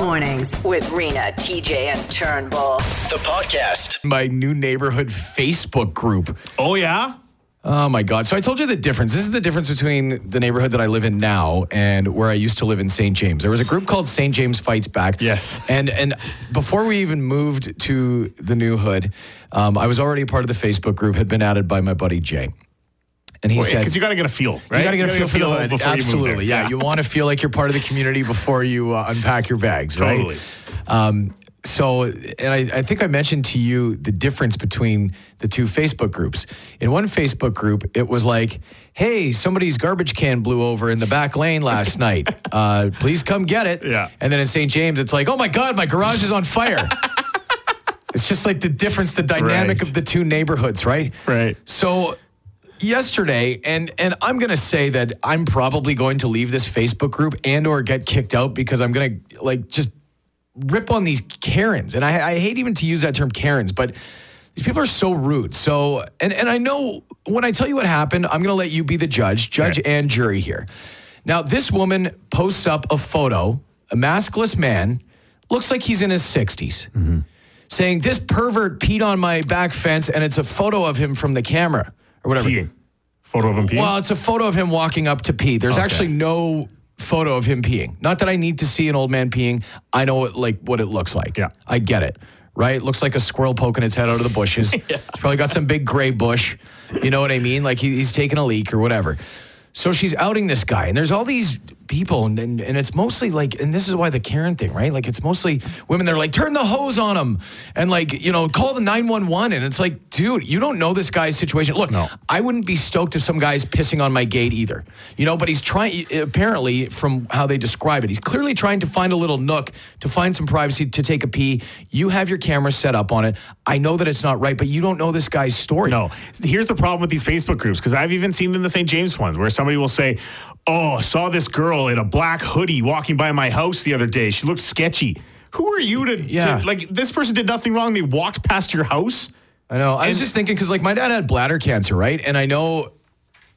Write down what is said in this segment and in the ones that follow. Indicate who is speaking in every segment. Speaker 1: Mornings with Rena, TJ, and Turnbull.
Speaker 2: The podcast.
Speaker 3: my new neighborhood Facebook group.
Speaker 4: Oh yeah.
Speaker 3: Oh my God. So I told you the difference. This is the difference between the neighborhood that I live in now and where I used to live in St. James. There was a group called St. James Fights Back.
Speaker 4: Yes.
Speaker 3: And and before we even moved to the new hood, um, I was already a part of the Facebook group, had been added by my buddy Jay. And he said,
Speaker 4: Because you got to get a feel, right?
Speaker 3: You gotta get a feel for the hood.
Speaker 4: before you move
Speaker 3: Absolutely,
Speaker 4: there.
Speaker 3: yeah. You want to feel like you're part of the community before you uh, unpack your bags, right?
Speaker 4: Totally.
Speaker 3: Um, so, and I, I think I mentioned to you the difference between the two Facebook groups. In one Facebook group, it was like, "Hey, somebody's garbage can blew over in the back lane last night. Uh, please come get it."
Speaker 4: Yeah.
Speaker 3: And then in St. James, it's like, "Oh my God, my garage is on fire." It's just like the difference, the dynamic
Speaker 4: Right.
Speaker 3: of the two neighborhoods, right?
Speaker 4: Right.
Speaker 3: So yesterday, and and I'm gonna say that I'm probably going to leave this Facebook group and or get kicked out because I'm gonna like just rip on these Karens. And I, I hate even to use that term Karens, but these people are so rude. So and and I know when I tell you what happened, I'm gonna let you be the judge, judge
Speaker 4: Okay.
Speaker 3: and jury here. Now this woman posts up a photo, a maskless man, looks like he's in his 60s saying this pervert peed on my back fence and it's a photo of him from the camera or whatever.
Speaker 4: Peeing. Photo of him peeing.
Speaker 3: Well, it's a photo of him walking up to pee. There's
Speaker 4: Okay.
Speaker 3: actually no photo of him peeing. Not that I need to see an old man peeing. I know what, like what it looks like.
Speaker 4: Yeah.
Speaker 3: I get it. Right? It looks like a squirrel poking its head out of the bushes. It's probably got some big gray bush. You know what I mean? Like he, he's taking a leak or whatever. So she's outing this guy, and there's all these people, and, and and it's mostly like, and this is why the Karen thing, right? Like it's mostly women. They're like, turn the hose on him, and like you know, call the nine one one, and it's like, dude, you don't know this guy's situation. Look,
Speaker 4: No.
Speaker 3: I wouldn't be stoked if some guy's pissing on my gate either. You know, but he's trying, apparently, from how they describe it, he's clearly trying to find a little nook to find some privacy to take a pee. You have your camera set up on it. I know that it's not right, but you don't know this guy's story.
Speaker 4: No. Here's the problem with these Facebook groups because I've even seen in the St. James ones where somebody will say, "Oh, saw this girl in a black hoodie walking by my house the other day. She looked sketchy." Who are you to,
Speaker 3: Yeah.
Speaker 4: to- like this person did nothing wrong. They walked past your house.
Speaker 3: I know. I was
Speaker 4: And-
Speaker 3: just thinking, because like my dad had bladder cancer, right? And I know.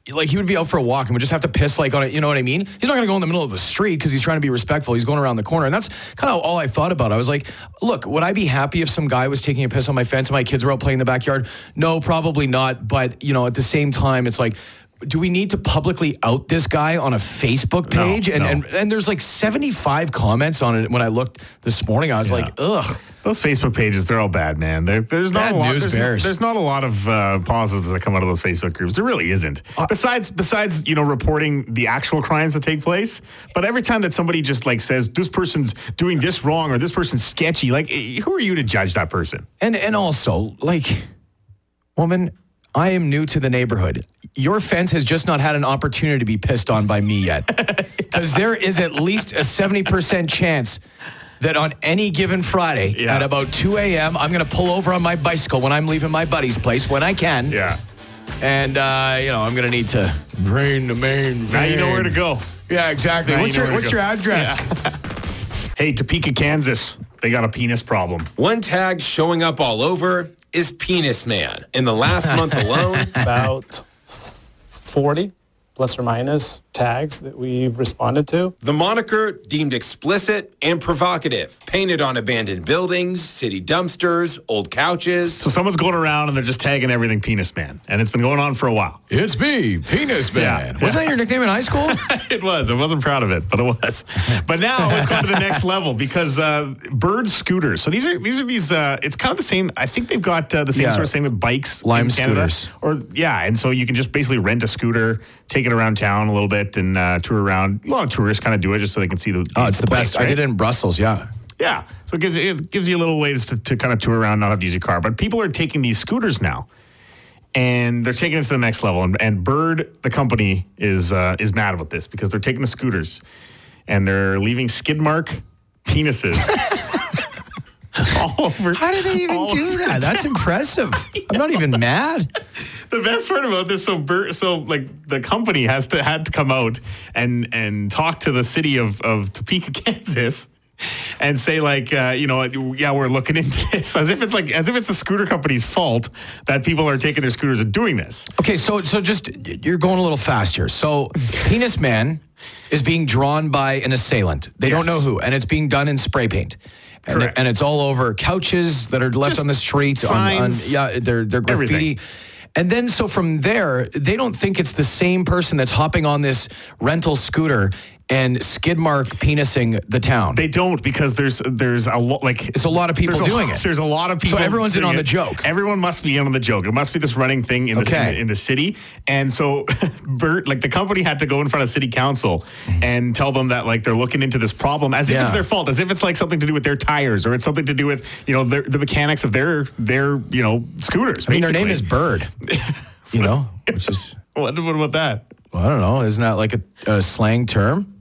Speaker 3: Like he would be out for a walk and would just have to piss like on it, you know what I mean? He's not gonna go in the middle of the street because he's trying to be respectful. He's going around the corner, and that's kind of all I thought about. I was like, look, would I be happy if some guy was taking a piss on my fence and my kids were out playing in the backyard? No, probably not. But you know, at the same time, it's like, do we need to publicly out this guy on a Facebook
Speaker 4: No,
Speaker 3: page? and,
Speaker 4: no.
Speaker 3: and and there's like 75 comments on it when I looked this morning. I was like, ugh.
Speaker 4: Those Facebook pages, they're all bad, man. There- there's not
Speaker 3: Bad
Speaker 4: a lot.
Speaker 3: news
Speaker 4: there's,
Speaker 3: bears.
Speaker 4: there's not a lot of uh, positives that come out of those Facebook groups. There really isn't.
Speaker 3: Uh,
Speaker 4: besides, besides, you know, reporting the actual crimes that take place. But every time that somebody just like says this person's doing this wrong or this person's sketchy, like eh, who are you to judge that person?
Speaker 3: And and also, like, woman, I am new to the neighborhood. Your fence has just not had an opportunity to be pissed on by me yet. Because there is at least a 70% chance that on any given Friday
Speaker 4: Yeah.
Speaker 3: at about 2 a.m., I'm going to pull over on my bicycle when I'm leaving my buddy's place when I can.
Speaker 4: Yeah.
Speaker 3: And, uh, you know, I'm going to need to drain the main vein.
Speaker 4: Now you know where to go.
Speaker 3: Yeah, exactly.
Speaker 4: Now you
Speaker 3: what's
Speaker 4: know
Speaker 3: your,
Speaker 4: where to
Speaker 3: what's
Speaker 4: go.
Speaker 3: your address?
Speaker 4: Hey, Topeka, Kansas, they got a penis problem.
Speaker 5: One tag showing up all over is Penis Man. In the last month alone,
Speaker 6: about 40 plus or minus tags that we've responded to.
Speaker 5: the moniker deemed explicit and provocative, painted on abandoned buildings, city dumpsters, old couches.
Speaker 4: So someone's going around and they're just tagging everything penis man, and it's been going on for a while.
Speaker 3: It's me, Penis Man.
Speaker 4: Yeah, Uh,
Speaker 3: Wasn't that your nickname in high school?
Speaker 4: It was. I wasn't proud of it, but it was. But now it's gone to the next level because uh, bird scooters. So these are these are these. Uh, it's kind of the same. I think they've got uh, the same
Speaker 3: Yeah.
Speaker 4: sort of thing with bikes.
Speaker 3: Lime
Speaker 4: in Canada.
Speaker 3: scooters.
Speaker 4: Or yeah, and so you can just basically rent a scooter, take it around town a little bit, and uh, tour around. A lot of tourists kind of do it just so they can see the.
Speaker 3: oh, it's the
Speaker 4: place,
Speaker 3: best. I
Speaker 4: right?
Speaker 3: did it in Brussels, yeah.
Speaker 4: Yeah. So it gives it gives you a little ways to, to kind of tour around, not have to use your car. But people are taking these scooters now, and they're taking it to the next level. And, and Bird, the company, is uh, is mad about this because they're taking the scooters, and they're leaving skid mark penises. all over.
Speaker 3: How do they even
Speaker 4: all
Speaker 3: do
Speaker 4: over
Speaker 3: that? That's impressive. I'm not even mad.
Speaker 4: the best part about this so Bert, so like the company has to had to come out and and talk to the city of of Topeka Kansas and say like uh, you know yeah we're looking into this as if it's like as if it's the scooter company's fault that people are taking their scooters and doing this
Speaker 3: Okay, so so just you're going a little fast here. So, penis man is being drawn by an assailant. They don't
Speaker 4: Yes.
Speaker 3: know who, and it's being done in spray paint. And,
Speaker 4: Correct.
Speaker 3: and it's all over couches that are left
Speaker 4: Just
Speaker 3: on the streets. on-
Speaker 4: signs,
Speaker 3: on, yeah, they're, they're graffiti.
Speaker 4: everything.
Speaker 3: And then, so from there, they don't think it's the same person that's hopping on this rental scooter and skid mark penising the town.
Speaker 4: They don't because there's there's a lot like
Speaker 3: It's a lot of people
Speaker 4: there's a
Speaker 3: doing
Speaker 4: lot-
Speaker 3: it.
Speaker 4: There's a lot of people.
Speaker 3: everyone's in
Speaker 4: doing
Speaker 3: on
Speaker 4: it.
Speaker 3: the joke.
Speaker 4: Everyone must be in on the joke. It must be this running thing in, the, in
Speaker 3: Okay.
Speaker 4: the in the city. And so, Bert, like the company had to go in front of city council and tell them that like they're looking into this problem as if
Speaker 3: Yeah.
Speaker 4: it's their fault, as if it's like something to do with their tires or it's something to do with you know their, the mechanics of their their you know scooters.
Speaker 3: I mean, their name is
Speaker 4: basically.
Speaker 3: Bird, you know, which is,
Speaker 4: What, what about that?
Speaker 3: well, I don't know, isn't that like a, a slang term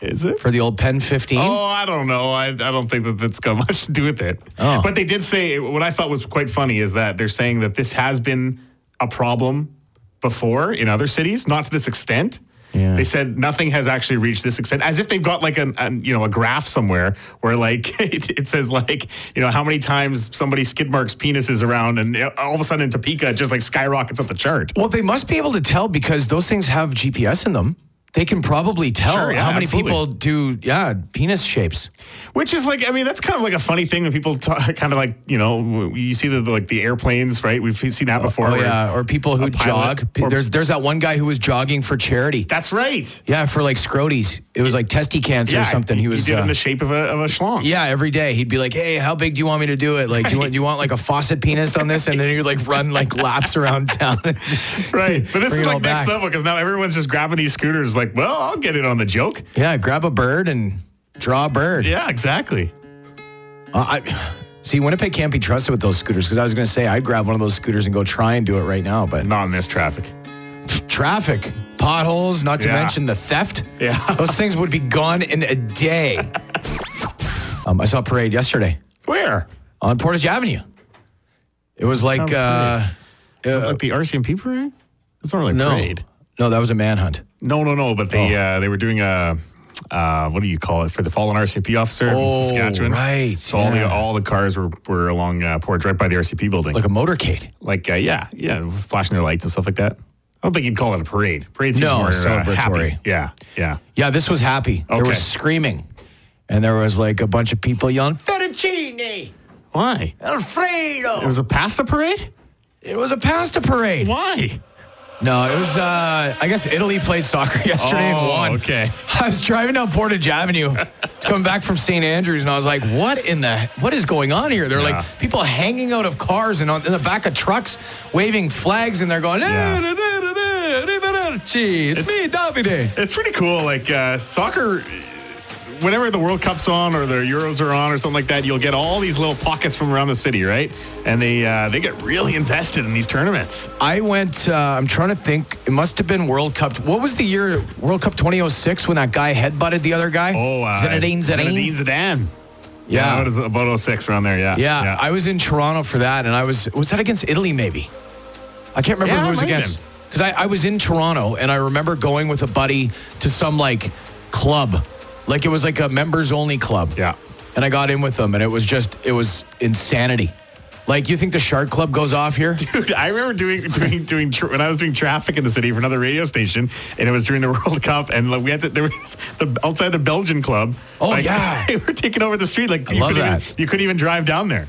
Speaker 4: Is it?
Speaker 3: for the old Pen 15?
Speaker 4: Oh, I don't know. I, I don't think that that's got much to do with it.
Speaker 3: Oh.
Speaker 4: But they did say what I thought was quite funny is that they're saying that this has been a problem before in other cities, not to this extent.
Speaker 3: Yeah.
Speaker 4: They said nothing has actually reached this extent, as if they've got like an, an you know a graph somewhere where like it, it says like you know how many times somebody skid marks penises around, and uh, all of a sudden in Topeka it just like skyrockets up the chart.
Speaker 3: Well, they must be able to tell because those things have GPS in them. They can probably tell
Speaker 4: Sure, yeah,
Speaker 3: how many
Speaker 4: absolutely.
Speaker 3: people do, yeah, penis shapes.
Speaker 4: Which is like, I mean, that's kind of like a funny thing when people talk, kind of like, you know, w- you see the like the airplanes, right? We've seen that before.
Speaker 3: Oh
Speaker 4: where-
Speaker 3: yeah, or people who
Speaker 4: pilot,
Speaker 3: jog. P-
Speaker 4: or-
Speaker 3: there's there's that one guy who was jogging for charity.
Speaker 4: That's right.
Speaker 3: Yeah, for like scroties. It was like testy cancer or something. He was.
Speaker 4: did it in
Speaker 3: uh,
Speaker 4: the shape of a of a schlong.
Speaker 3: yeah, every day he'd be like, "Hey, how big do you want me to do it? Like, do you want do you want like a faucet penis on this?" And then he'd like run like laps around town. and just-
Speaker 4: Right. But this
Speaker 3: Bring
Speaker 4: is
Speaker 3: it all
Speaker 4: like next
Speaker 3: back.
Speaker 4: level because now everyone's just grabbing these scooters. Like, well, I'll get in on the joke.
Speaker 3: yeah, grab a bird and draw a bird.
Speaker 4: Yeah, exactly.
Speaker 3: Uh, I, see, Winnipeg can't be trusted with those scooters because I was going to say I'd grab one of those scooters and go try and do it right now, but
Speaker 4: Not in this traffic.
Speaker 3: traffic, potholes, not to
Speaker 4: Yeah.
Speaker 3: mention the theft.
Speaker 4: Yeah.
Speaker 3: Those things would be gone in a day. um, I saw a parade yesterday
Speaker 4: Where?
Speaker 3: on Portage Avenue. It was like,
Speaker 4: Oh,
Speaker 3: uh,
Speaker 4: like the RCMP parade? It's not really a
Speaker 3: no, Oh.
Speaker 4: parade.
Speaker 3: no, that was a manhunt.
Speaker 4: No, no, no. But they uh, they were doing a uh, what do you call it for the fallen RCMP officer
Speaker 3: Oh,
Speaker 4: in Saskatchewan?
Speaker 3: right,
Speaker 4: So all the
Speaker 3: yeah.
Speaker 4: all the cars were were along uh, Portage, right by the RCP building.
Speaker 3: Like
Speaker 4: Like,
Speaker 3: a motorcade.
Speaker 4: uh, yeah, yeah, flashing their lights and stuff like that. I don't think you'd call it a parade. Parade seems
Speaker 3: No,
Speaker 4: more uh,
Speaker 3: celebratory.
Speaker 4: happy. Yeah, yeah.
Speaker 3: Yeah, this was happy. There
Speaker 4: Okay.
Speaker 3: was screaming, and there was like a bunch of people yelling, Fettuccine,
Speaker 4: Why?
Speaker 3: Alfredo.
Speaker 4: It was a pasta parade.
Speaker 3: It was a pasta parade.
Speaker 4: Why?
Speaker 3: No, it was. Uh, I guess Italy played soccer yesterday and
Speaker 4: Oh,
Speaker 3: won.
Speaker 4: okay.
Speaker 3: I was driving down Portage Avenue, coming back from St. Andrews, and I was like, "What in the? What is going on here?" They're
Speaker 4: Yeah.
Speaker 3: like people hanging out of cars and on, in the back of trucks, waving flags, and they're going,
Speaker 4: Yeah.
Speaker 3: "Eh, da, da, da, da, "Arrivederci, it's, me, Davide."
Speaker 4: It's pretty cool. Like uh, soccer, whenever the World Cup's on or the Euros are on or something like that, you'll get all these little pockets from around the city, right? And they uh, they get really invested in these tournaments.
Speaker 3: I went. Uh, I'm trying to think. It must have been World Cup. What was the year World Cup 2006 when that guy headbutted the other guy?
Speaker 4: Oh, uh,
Speaker 3: Zinedine Zidane.
Speaker 4: Zinedine Zidane.
Speaker 3: Yeah.
Speaker 4: what is it, about 06 around there? Yeah.
Speaker 3: Yeah, I was in Toronto for that, and I was was that against Italy? Maybe I can't remember
Speaker 4: Yeah,
Speaker 3: who
Speaker 4: it
Speaker 3: it was
Speaker 4: might have
Speaker 3: against
Speaker 4: been.
Speaker 3: because I, I was in Toronto, and I remember going with a buddy to some like club, like it was like a members only club.
Speaker 4: Yeah.
Speaker 3: and I got in with them, and it was just it was insanity. Like you think the Shark Club goes off here?
Speaker 4: Dude, I remember doing doing doing tr- when I was doing traffic in the city for another radio station, and it was during the World Cup, and like, we had to, there was the outside the Belgian club.
Speaker 3: Oh,
Speaker 4: like,
Speaker 3: yeah.
Speaker 4: they were taking over the street. Like
Speaker 3: I love
Speaker 4: couldn't Even,
Speaker 3: that.
Speaker 4: you couldn't even drive down there.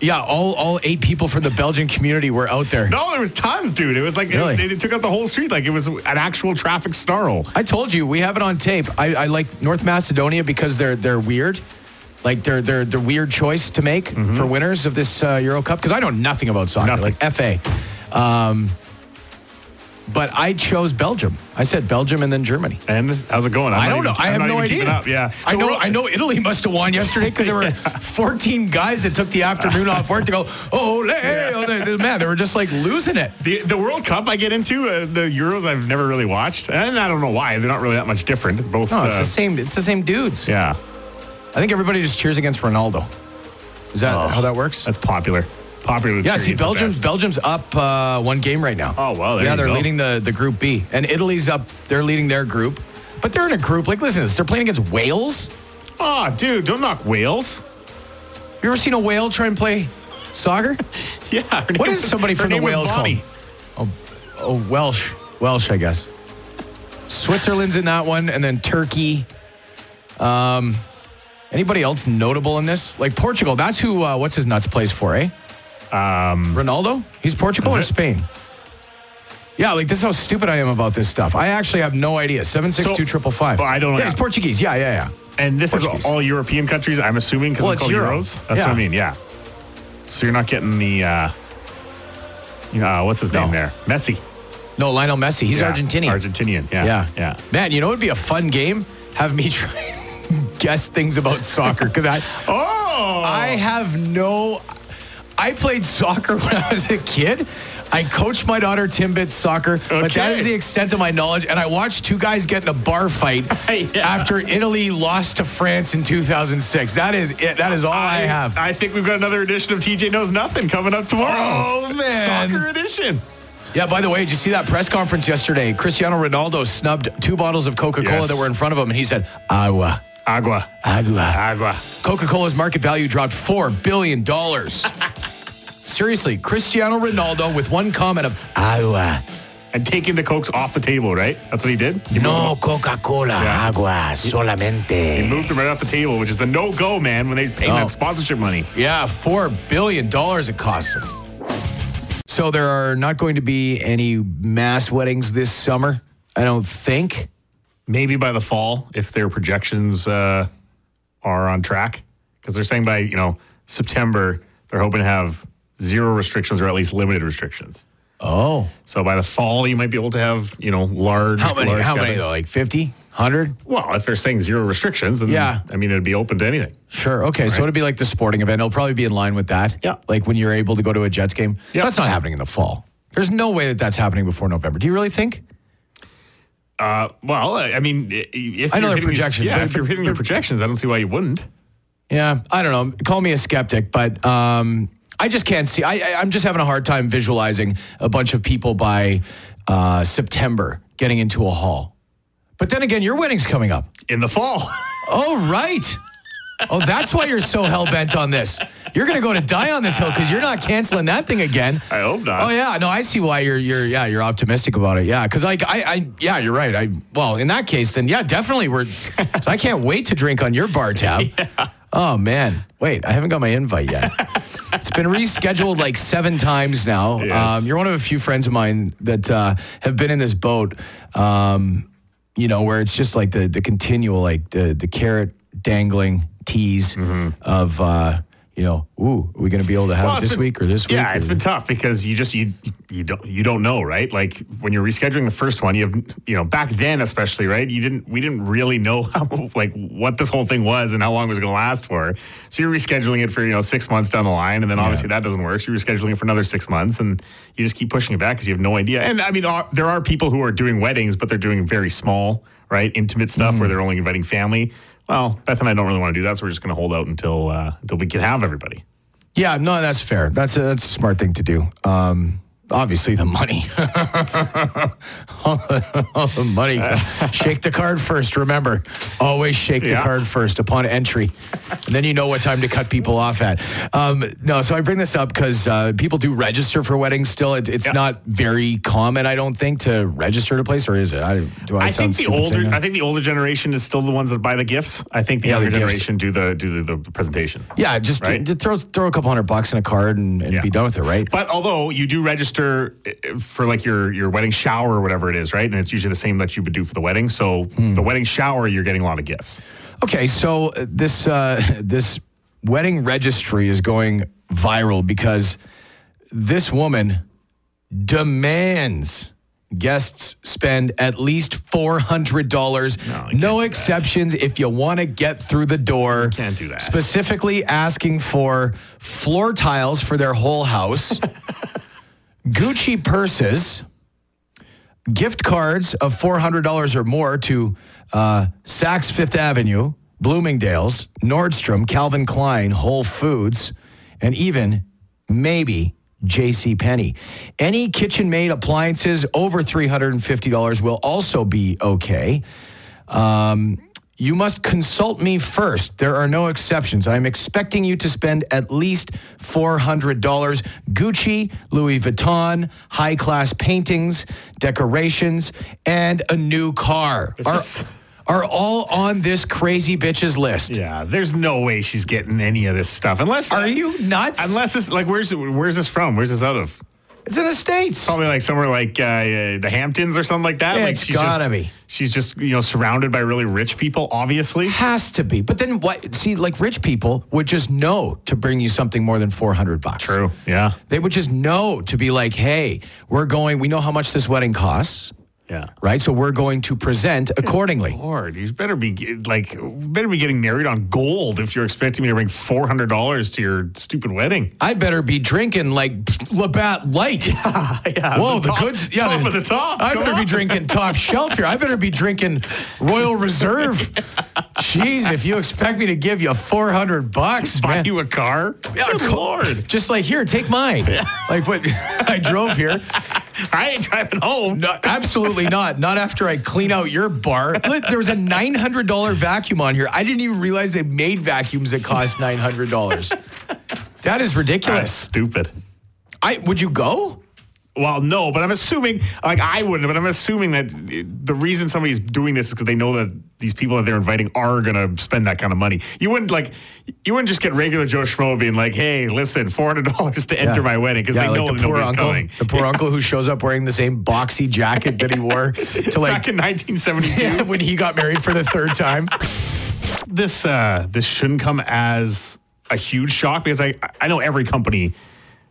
Speaker 3: yeah, all all eight people from the Belgian community were out there.
Speaker 4: No, there was tons, dude. It was like
Speaker 3: Really?
Speaker 4: they, they took out the whole street. Like it was an actual traffic snarl.
Speaker 3: I told you we have it on tape. I, I like North Macedonia because they're they're weird, like they're they're the weird choice to make for winners of this uh, Euro Cup because I know nothing about soccer,
Speaker 4: Mm-hmm. Nothing.
Speaker 3: like FA. Um, but I chose Belgium. I said Belgium and then Germany.
Speaker 4: And how's it going? I'm
Speaker 3: I don't
Speaker 4: even-
Speaker 3: know. I
Speaker 4: I'm
Speaker 3: have
Speaker 4: not
Speaker 3: no
Speaker 4: even
Speaker 3: idea.
Speaker 4: keeping Up. Yeah,
Speaker 3: I
Speaker 4: The
Speaker 3: know.
Speaker 4: World-
Speaker 3: I know Italy must have won yesterday because there were 14 guys that took the afternoon off work to go. Oh, man, they were just like losing it.
Speaker 4: The, the World Cup I get into, uh, the Euros I've never really watched, and I don't know why. They're not really that much different. Both.
Speaker 3: No, it's
Speaker 4: uh,
Speaker 3: the same. It's the same dudes.
Speaker 4: Yeah,
Speaker 3: I think everybody just cheers against Ronaldo. Is that
Speaker 4: Oh,
Speaker 3: how that works?
Speaker 4: that's popular. Popular.
Speaker 3: Yeah,
Speaker 4: cheering
Speaker 3: see,
Speaker 4: is the
Speaker 3: Belgium's
Speaker 4: best.
Speaker 3: Belgium's up uh, one game right now.
Speaker 4: Oh, well, there
Speaker 3: yeah,
Speaker 4: you
Speaker 3: they're
Speaker 4: go.
Speaker 3: leading the the group B, and Italy's up. They're leading their group, but they're in a group. Like, listen, to this, they're playing against Wales. Ah,
Speaker 4: Oh, dude, don't knock Wales.
Speaker 3: Have you ever seen a whale try and play soccer?
Speaker 4: Yeah. her
Speaker 3: What
Speaker 4: name
Speaker 3: is
Speaker 4: was-
Speaker 3: somebody
Speaker 4: her
Speaker 3: from the
Speaker 4: name was
Speaker 3: Wales
Speaker 4: Bonnie.
Speaker 3: called? Oh, oh, Welsh, Welsh, I guess. Switzerland's in that one, and then Turkey. Um, anybody else notable in this? Like Portugal. That's who. Uh, what's his nuts plays for? Eh. Um, Ronaldo. He's Portugal
Speaker 4: Is
Speaker 3: or
Speaker 4: it?
Speaker 3: Spain. Yeah, like this is how stupid I am about this stuff. I actually have no idea. Seven six two triple five.
Speaker 4: but I don't know.
Speaker 3: Yeah, he's Portuguese. Yeah, yeah, yeah.
Speaker 4: And this
Speaker 3: Portuguese.
Speaker 4: is all European countries, I'm assuming, because
Speaker 3: Well,
Speaker 4: it's
Speaker 3: it's
Speaker 4: called
Speaker 3: Euro.
Speaker 4: Euros. That's
Speaker 3: Yeah.
Speaker 4: what I mean, yeah. So you're not getting the, uh, you know, uh, what's his
Speaker 3: No.
Speaker 4: name there? Messi.
Speaker 3: No, Lionel Messi. He's
Speaker 4: Yeah.
Speaker 3: Argentinian.
Speaker 4: Argentinian, yeah.
Speaker 3: Yeah.
Speaker 4: Yeah.
Speaker 3: Man, you know it would be a fun game? Have me try and guess things about soccer because I
Speaker 4: Oh!
Speaker 3: I have no I played soccer when I was a kid. I coached my daughter Timbits soccer, but that
Speaker 4: Okay.
Speaker 3: is the extent of my knowledge. And I watched two guys get in a bar fight
Speaker 4: Yeah.
Speaker 3: after Italy lost to France in 2006. That is it. That is all I, have.
Speaker 4: I think we've got another edition of TJ Knows Nothing coming up tomorrow.
Speaker 3: Oh, man.
Speaker 4: Soccer edition.
Speaker 3: Yeah, by the way, did you see that press conference yesterday? Cristiano Ronaldo snubbed two bottles of Coca Cola
Speaker 4: Yes.
Speaker 3: that were in front of him, and he said, Agua,
Speaker 4: Agua.
Speaker 3: agua.
Speaker 4: Agua.
Speaker 3: Coca Cola's market value dropped $4 billion. Seriously, Cristiano Ronaldo with one comment of agua.
Speaker 4: And taking the Cokes off the table, right? That's what he did? He
Speaker 3: No Coca Cola,
Speaker 4: Yeah.
Speaker 3: agua
Speaker 4: He
Speaker 3: solamente.
Speaker 4: moved them right off the table, which is a no go, man, when they pay
Speaker 3: Oh.
Speaker 4: that sponsorship money.
Speaker 3: Yeah, $4 billion it costs him. So there are not going to be any mass weddings this summer, I don't think.
Speaker 4: Maybe by the fall, if their projections uh, are on track, because they're saying by you know September they're hoping to have zero restrictions or at least limited restrictions.
Speaker 3: Oh.
Speaker 4: So by the fall, you might be able to have you know large.
Speaker 3: How many?
Speaker 4: large
Speaker 3: How many,
Speaker 4: gatherings.
Speaker 3: though? Like 50? 100?
Speaker 4: Well, if they're saying zero restrictions, then
Speaker 3: Yeah.
Speaker 4: I mean it'd be open to anything.
Speaker 3: Sure. Okay. So it'll be like the sporting event. It'll probably be in line with that.
Speaker 4: Yeah.
Speaker 3: Like when you're able to go to a Jets game.
Speaker 4: Yeah.
Speaker 3: So that's not happening in the fall. There's no way that that's happening before November. Do you really think?
Speaker 4: Well, I I mean, i- if
Speaker 3: I know their
Speaker 4: you're hitting these-
Speaker 3: projections,
Speaker 4: yeah,
Speaker 3: but-
Speaker 4: if you're hitting your projections, I don't see why you wouldn't.
Speaker 3: Yeah. I don't know. Call me a skeptic, but um, I just can't see. I, I, I'm just having a hard time visualizing a bunch of people by uh, September getting into a hall. But then again, your wedding's coming up.
Speaker 4: In the fall,
Speaker 3: Oh, right. Oh, that's why you're so hell bent on this. You're going to go to die on this hill because you're not canceling that thing again.
Speaker 4: I hope not.
Speaker 3: Oh yeah, no, I see why you're you're yeah you're optimistic about it. Yeah, because like I, I yeah you're right. I well in that case then yeah definitely we're. so I can't wait to drink on your bar tab. Oh man, wait, I haven't got my invite yet. it's been rescheduled like seven times now.
Speaker 4: Yes.
Speaker 3: Um, you're one of a few friends of mine that uh, have been in this boat. Um, you know where it's just like the the continual like the the carrot dangling tease of. Uh, you know, ooh, are we going to be able to have
Speaker 4: Mm-hmm. Well,
Speaker 3: it
Speaker 4: it's
Speaker 3: this
Speaker 4: been-
Speaker 3: week or this week?
Speaker 4: Yeah, it's
Speaker 3: or-
Speaker 4: been tough because you just you you don't you don't know, right? Like when you're rescheduling the first one, you have you know back then especially, right? You didn't we didn't really know how like what this whole thing was and how long it was going to last for. So you're rescheduling it for you know six months down the line, and then obviously that doesn't work. So you're rescheduling it for another six months, and you just keep pushing it back because you have no idea. And I mean, uh, there are people who are doing weddings, but they're doing very small, right, intimate stuff
Speaker 3: Mm.
Speaker 4: where they're only inviting family. Well, Beth and I don't really want to do that, so we're just going to hold out until uh, until we can have everybody.
Speaker 3: Yeah, no, that's fair. That's a, that's a smart thing to do. Um, obviously, the money. all, the, all the money. shake the card first, remember. Always shake the
Speaker 4: Yeah.
Speaker 3: card first upon entry. and then you know what time to cut people off at. Um, no, so I bring this up because uh, people do register for weddings still. It, it's
Speaker 4: Yeah.
Speaker 3: not very common, I don't think, to register to a place, or is it? I, do I,
Speaker 4: I
Speaker 3: sound
Speaker 4: think the
Speaker 3: stupid saying
Speaker 4: older
Speaker 3: that?
Speaker 4: I think the older generation is still the ones that buy the gifts. I think the
Speaker 3: Yeah, the
Speaker 4: younger
Speaker 3: gifts.
Speaker 4: generation do the do the, the presentation.
Speaker 3: yeah, just,
Speaker 4: Right?
Speaker 3: just throw, throw a couple hundred bucks in a card and, and
Speaker 4: Yeah.
Speaker 3: be done with it, right?
Speaker 4: But although you do register eh, for like your your wedding shower or whatever it is, right? And it's usually the same that you would do for the wedding. So
Speaker 3: Hmm.
Speaker 4: the wedding shower, you're getting a lot of gifts.
Speaker 3: Okay, so uh, this uh, this wedding registry is going viral because this woman demands guests spend at least four hundred dollars. No,
Speaker 4: you can't do that.
Speaker 3: exceptions if you want to get through the door.
Speaker 4: can't do that.
Speaker 3: Specifically asking for floor tiles for their whole house, Gucci purses gift cards of $400 or more to uh, Saks Fifth Avenue, Bloomingdale's, Nordstrom, Calvin Klein, Whole Foods, and even maybe JCPenney. Any kitchen made appliances over $350 will also be okay. Um, You must consult me first. There are no exceptions. I'm expecting you to spend at least $400. Gucci, Louis Vuitton, high class paintings, decorations, and a new car are,
Speaker 4: just-
Speaker 3: are all on this crazy bitch's list.
Speaker 4: Yeah, there's no way she's getting any of this stuff unless uh,
Speaker 3: Are you nuts?
Speaker 4: Unless it's like where's where's this from? Where's this out of?
Speaker 3: it's in the States.
Speaker 4: Probably like somewhere like uh, uh, the Hamptons or something like that.
Speaker 3: Yeah,
Speaker 4: like
Speaker 3: it's gotta
Speaker 4: just,
Speaker 3: be.
Speaker 4: She's just you know surrounded by really rich people, obviously.
Speaker 3: Has to be. But then what? See, like rich people would just know to bring you something more than 400 bucks.
Speaker 4: True. Yeah.
Speaker 3: They would just know to be like, hey, we're going, we know how much this wedding costs,
Speaker 4: Yeah.
Speaker 3: right? So we're going to present
Speaker 4: Hmm.
Speaker 3: accordingly.
Speaker 4: Lord, you better be ge- like better be getting married on gold if you're expecting me to bring four hundred dollars to your stupid wedding.
Speaker 3: I better be drinking like Labatt Light.
Speaker 4: yeah,
Speaker 3: Whoa, the,
Speaker 4: top-
Speaker 3: goods. Yeah,
Speaker 4: top of the top.
Speaker 3: I
Speaker 4: Come
Speaker 3: better be
Speaker 4: on.
Speaker 3: drinking top shelf here. I better be drinking Royal Reserve. Jeez, if you expect me to give you 400 bucks,
Speaker 4: buy
Speaker 3: man.
Speaker 4: you a car.
Speaker 3: Yeah,
Speaker 4: Good
Speaker 3: of course.
Speaker 4: Lord,
Speaker 3: Just like here, take mine. Like what I drove here.
Speaker 4: I ain't driving home.
Speaker 3: No, absolutely not. Not after I clean out your bar. Look, there was a nine hundred dollar vacuum on here. I didn't even realize they made vacuums that cost nine hundred dollars. That is
Speaker 4: That's
Speaker 3: ridiculous.
Speaker 4: stupid.
Speaker 3: I would you go?
Speaker 4: Well, no, but I'm assuming, like, I wouldn't, but I'm assuming that uh, the reason somebody's doing this is because they know that these people that they're inviting are going to spend that kind of money. You wouldn't, like, you wouldn't just get regular Joe Schmo being like, hey, listen, $400 to enter
Speaker 3: Yeah.
Speaker 4: my wedding because
Speaker 3: Yeah,
Speaker 4: they
Speaker 3: like
Speaker 4: know that nobody's
Speaker 3: uncle,
Speaker 4: coming.
Speaker 3: The poor uncle who shows up wearing the same boxy jacket that he wore to
Speaker 4: Back
Speaker 3: like
Speaker 4: in 1972,
Speaker 3: yeah, when he got married for the third time.
Speaker 4: this uh, this shouldn't come as a huge shock because I I know every company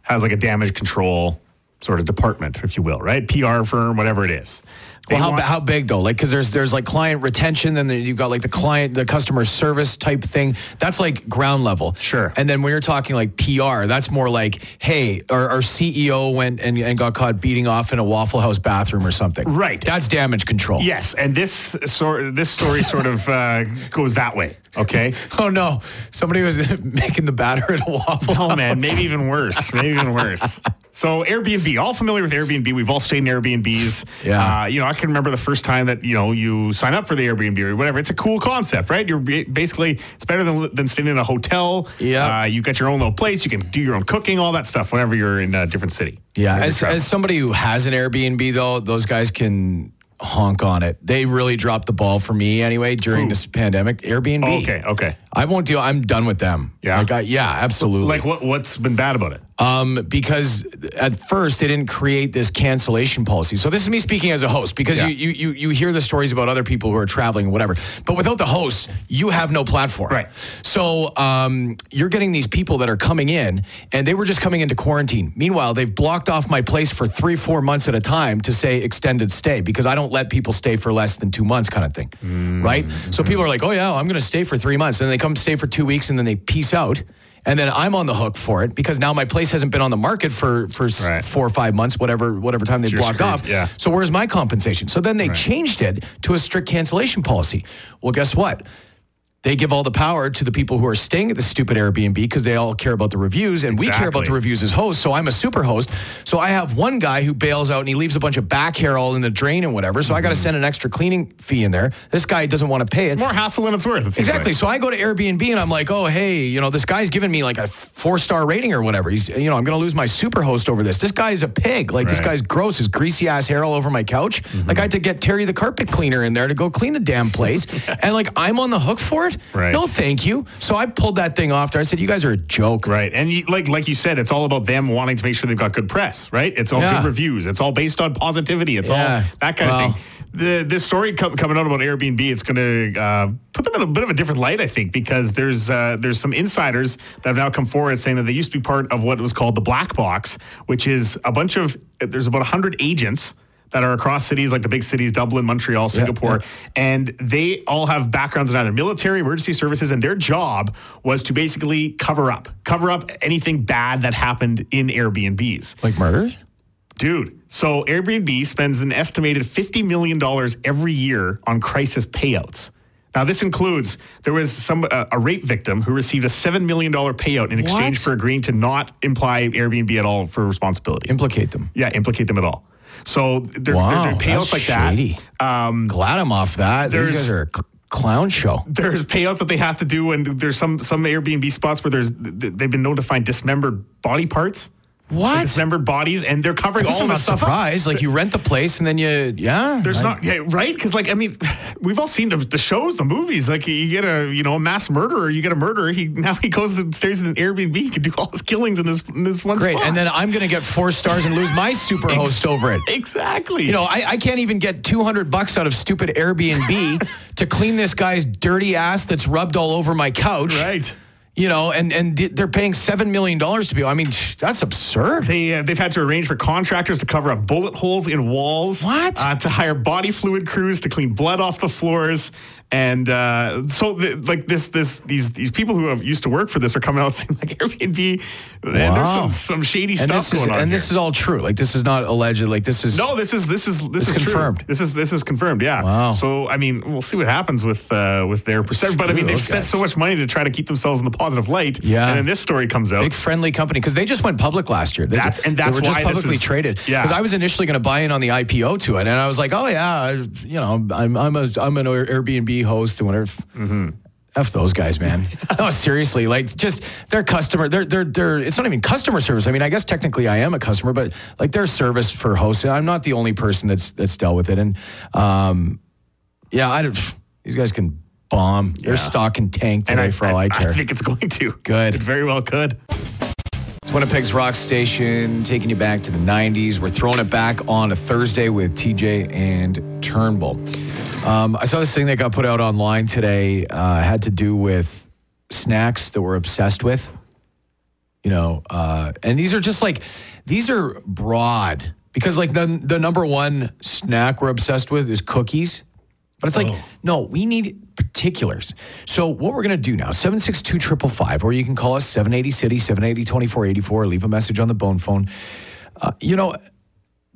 Speaker 4: has like a damage control sort of department, if you will, right? PR firm, whatever it is. They
Speaker 3: Well, how,
Speaker 4: want-
Speaker 3: how big though? Like, because there's there's like client retention, then there- you've got like the client, the customer service type thing. That's like ground level.
Speaker 4: Sure.
Speaker 3: And then when you're talking like PR, that's more like, hey, our, our CEO went and, and got caught beating off in a Waffle House bathroom or something.
Speaker 4: Right.
Speaker 3: That's damage control.
Speaker 4: Yes, and this sort this story sort of uh, goes that way. Okay.
Speaker 3: Oh no, somebody was making the batter at a Waffle House.
Speaker 4: Oh man, maybe even worse. Maybe even worse. So Airbnb, all familiar with Airbnb. We've all stayed in Airbnbs.
Speaker 3: Yeah.
Speaker 4: Uh, you know, I can remember the first time that you know you sign up for the Airbnb or whatever. It's a cool concept, right? You're ba- basically it's better than than staying in a hotel.
Speaker 3: Yeah.
Speaker 4: Uh, you got your own little place. You can do your own cooking, all that stuff. Whenever you're in a different city.
Speaker 3: Yeah,
Speaker 4: Whenever
Speaker 3: as,
Speaker 4: you're
Speaker 3: as
Speaker 4: traveling.
Speaker 3: somebody who has an Airbnb though, those guys can honk on it. They really dropped the ball for me anyway during
Speaker 4: Who?
Speaker 3: this pandemic. Airbnb.
Speaker 4: Oh, okay. Okay.
Speaker 3: I won't deal. I'm done with them.
Speaker 4: Yeah?
Speaker 3: Like I, yeah, absolutely.
Speaker 4: Like what? What's been bad about it?
Speaker 3: um, because at first they didn't create this cancellation policy. So this is me speaking as a host because
Speaker 4: Yeah.
Speaker 3: you, you you you hear the stories about other people who are traveling and whatever. But without the hosts, you have no platform.
Speaker 4: Right.
Speaker 3: So um, you're getting these people that are coming in and they were just coming into quarantine. Meanwhile, they've blocked off my place for three, four months at a time to say extended stay because I don't let people stay for less than two months kind of thing.
Speaker 4: Mm,
Speaker 3: Right. So
Speaker 4: mm-hmm.
Speaker 3: people are like, oh, yeah, I'm going to stay for three months. And they come stay for two weeks and then they peace out. And then I'm on the hook for it because now my place hasn't been on the market for, for s-
Speaker 4: Right.
Speaker 3: four or five months, whatever whatever time they
Speaker 4: you're
Speaker 3: blocked
Speaker 4: screwed,
Speaker 3: off.
Speaker 4: yeah.
Speaker 3: So where's my compensation? So then they changed it to a strict cancellation policy. Well, guess what? They give all the power to the people who are staying at the stupid Airbnb because they all care about the reviews and we care about the
Speaker 4: Exactly.
Speaker 3: reviews as hosts. So I'm a super host. So I have one guy who bails out and he leaves a bunch of back hair all in the drain and whatever. So I got to send an extra cleaning fee in there. This guy doesn't want to pay it.
Speaker 4: More hassle than it's worth. It seems
Speaker 3: Exactly.
Speaker 4: Like.
Speaker 3: So I go to Airbnb and I'm like, oh, hey, you know, this guy's giving me like a four star rating or whatever. He's, you know, I'm going to lose my super host over this. This guy's a pig. Like, this
Speaker 4: Right. Mm-hmm.
Speaker 3: guy's gross. His greasy ass hair all over my couch. Like, I had to get Terry the carpet cleaner in there to go clean the damn place. and like, I'm on the hook for it?
Speaker 4: Right.
Speaker 3: No, thank you. So I pulled that thing off there. I said, you guys are a joke.
Speaker 4: Right, and you, like like you said, it's all about them wanting to make sure they've got good press. Right, it's all
Speaker 3: Yeah.
Speaker 4: good reviews. It's all based on positivity. It's
Speaker 3: Yeah.
Speaker 4: all that kind
Speaker 3: Wow.
Speaker 4: of thing. The this story com- coming out about Airbnb, it's going to uh, put them in a bit of a different light, I think, because there's uh, there's some insiders that have now come forward saying that they used to be part of what was called the black box, which is a bunch of there's about hundred agents. That are across cities like the big cities, Dublin, Montreal, Singapore, and they all have backgrounds in either military, emergency services, and their job was to basically cover up, cover up anything bad that happened in Airbnbs.
Speaker 3: Like, murders?
Speaker 4: Dude, so Airbnb spends an estimated $50 million every year on crisis payouts. Now, this includes there was some uh, a rape victim who received a $7 million payout in exchange
Speaker 3: What?
Speaker 4: for agreeing to not imply Airbnb at all for responsibility.
Speaker 3: Implicate them.
Speaker 4: yeah, implicate them at all. So they're,
Speaker 3: Wow.
Speaker 4: they're doing payouts
Speaker 3: that's
Speaker 4: like
Speaker 3: shady.
Speaker 4: that. Um,
Speaker 3: Glad I'm off that. These
Speaker 4: there's-
Speaker 3: guys are c- clown show.
Speaker 4: there's payouts that they have to do, and there's some some Airbnb spots where there's th- they've been known to find dismembered body parts,
Speaker 3: What?
Speaker 4: dismembered bodies, and they're covering all
Speaker 3: I'm
Speaker 4: the
Speaker 3: not
Speaker 4: stuff. up.
Speaker 3: surprised. Like you rent the place and then you, yeah.
Speaker 4: There's
Speaker 3: I-
Speaker 4: not yeah right because like I mean, we've all seen the, the shows, the movies. Like you get a you know a mass murderer, you get a murderer. He now he goes and stays in an Airbnb. He can do all his killings in this in this one
Speaker 3: Great.
Speaker 4: spot.
Speaker 3: And then I'm going to get four stars and lose my super host over it.
Speaker 4: exactly.
Speaker 3: You know, I, I can't even get 200 bucks out of stupid Airbnb to clean this guy's dirty ass that's rubbed all over my couch.
Speaker 4: right.
Speaker 3: You know, and, and di- they're paying $7 million to be. I mean, that's absurd.
Speaker 4: They, uh, they've had to arrange for contractors to cover up bullet holes in walls.
Speaker 3: What?
Speaker 4: Uh, to hire body fluid crews to clean blood off the floors. And uh, so, th- like this, this, these, these people who have used to work for this are coming out saying, like Airbnb, and there's some, some shady
Speaker 3: and
Speaker 4: stuff
Speaker 3: this
Speaker 4: going
Speaker 3: is,
Speaker 4: on.
Speaker 3: And
Speaker 4: here.
Speaker 3: this is all true. Like, this is not alleged. Like, this is.
Speaker 4: no, this is this is this
Speaker 3: It's
Speaker 4: is true.
Speaker 3: confirmed.
Speaker 4: This is this is confirmed. Yeah.
Speaker 3: Wow.
Speaker 4: So I mean, we'll see what happens with uh, with their perception. But I mean,
Speaker 3: Screw
Speaker 4: they've
Speaker 3: those
Speaker 4: spent
Speaker 3: guys.
Speaker 4: so much money to try to keep themselves in the positive light.
Speaker 3: Yeah.
Speaker 4: And then this story comes out.
Speaker 3: Big friendly company because they just went public last year. They,
Speaker 4: That's- and that's
Speaker 3: they were just
Speaker 4: why this
Speaker 3: publicly
Speaker 4: is-
Speaker 3: traded.
Speaker 4: yeah.
Speaker 3: because I was initially going to buy in on the IPO to it, and I was like, oh yeah, I- you know, I'm I'm a I'm an Airbnb host and whatever.
Speaker 4: Mm-hmm.
Speaker 3: F those guys, man. no, seriously, like just their customer, their their their. It's not even customer service. I mean, I guess technically I am a customer, but like their service for hosting, I'm not the only person that's that's dealt with it. And um, yeah, I don't- these guys can bomb. Their stock can tank today for all I, care.
Speaker 4: I think it's going to.
Speaker 3: Good.
Speaker 4: It very well could.
Speaker 3: It's Winnipeg's Rock Station, taking you back to the 90s. We're throwing it back on a Thursday with TJ and Turnbull. Um, I saw this thing that got put out online today, uh, had to do with snacks that we're obsessed with. You know, uh, and these are just like, these are broad because, like, the, the number one snack we're obsessed with is cookies. But it's like,
Speaker 4: Oh.
Speaker 3: no, we need particulars. So what we're gonna do now, 762-555, or you can call us 780 City, 780-2484, or leave a message on the bone phone. Uh, you know,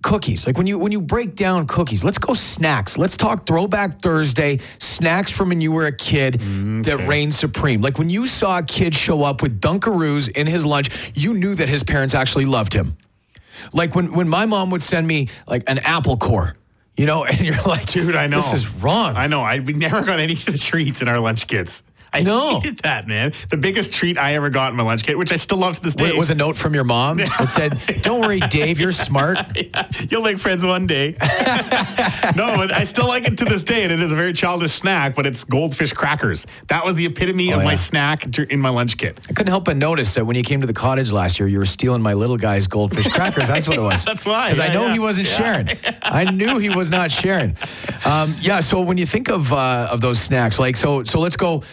Speaker 3: cookies. Like when you when you break down cookies, let's go snacks. Let's talk throwback Thursday, snacks from when you were a kid
Speaker 4: Mm,
Speaker 3: that reigned supreme. Like when you saw a kid show up with Dunkaroos in his lunch, you knew that his parents actually loved him. Like when when my mom would send me like an apple core, you know, and you're like,
Speaker 4: Dude, I know.
Speaker 3: This is wrong.
Speaker 4: I know. I we never got any of the treats in our lunch kits. I
Speaker 3: No.
Speaker 4: hated that, man. The biggest treat I ever got in my lunch kit, which I still love to this
Speaker 3: Wa-
Speaker 4: day.
Speaker 3: was a note from your mom that said, "Don't worry, Dave, you're smart."
Speaker 4: You'll make friends one day. no, but I still like it to this day, and it is a very childish snack, but it's goldfish crackers. That was the epitome
Speaker 3: Oh,
Speaker 4: of my
Speaker 3: yeah.
Speaker 4: snack dur- in my lunch kit.
Speaker 3: I couldn't help but notice that when you came to the cottage last year, you were stealing my little guy's goldfish crackers. That's what it was.
Speaker 4: That's why.
Speaker 3: Because I
Speaker 4: Yeah,
Speaker 3: know
Speaker 4: yeah.
Speaker 3: he wasn't sharing. I knew he was not sharing. Um, yeah. So when you think of uh, of those snacks, like so, so let's go.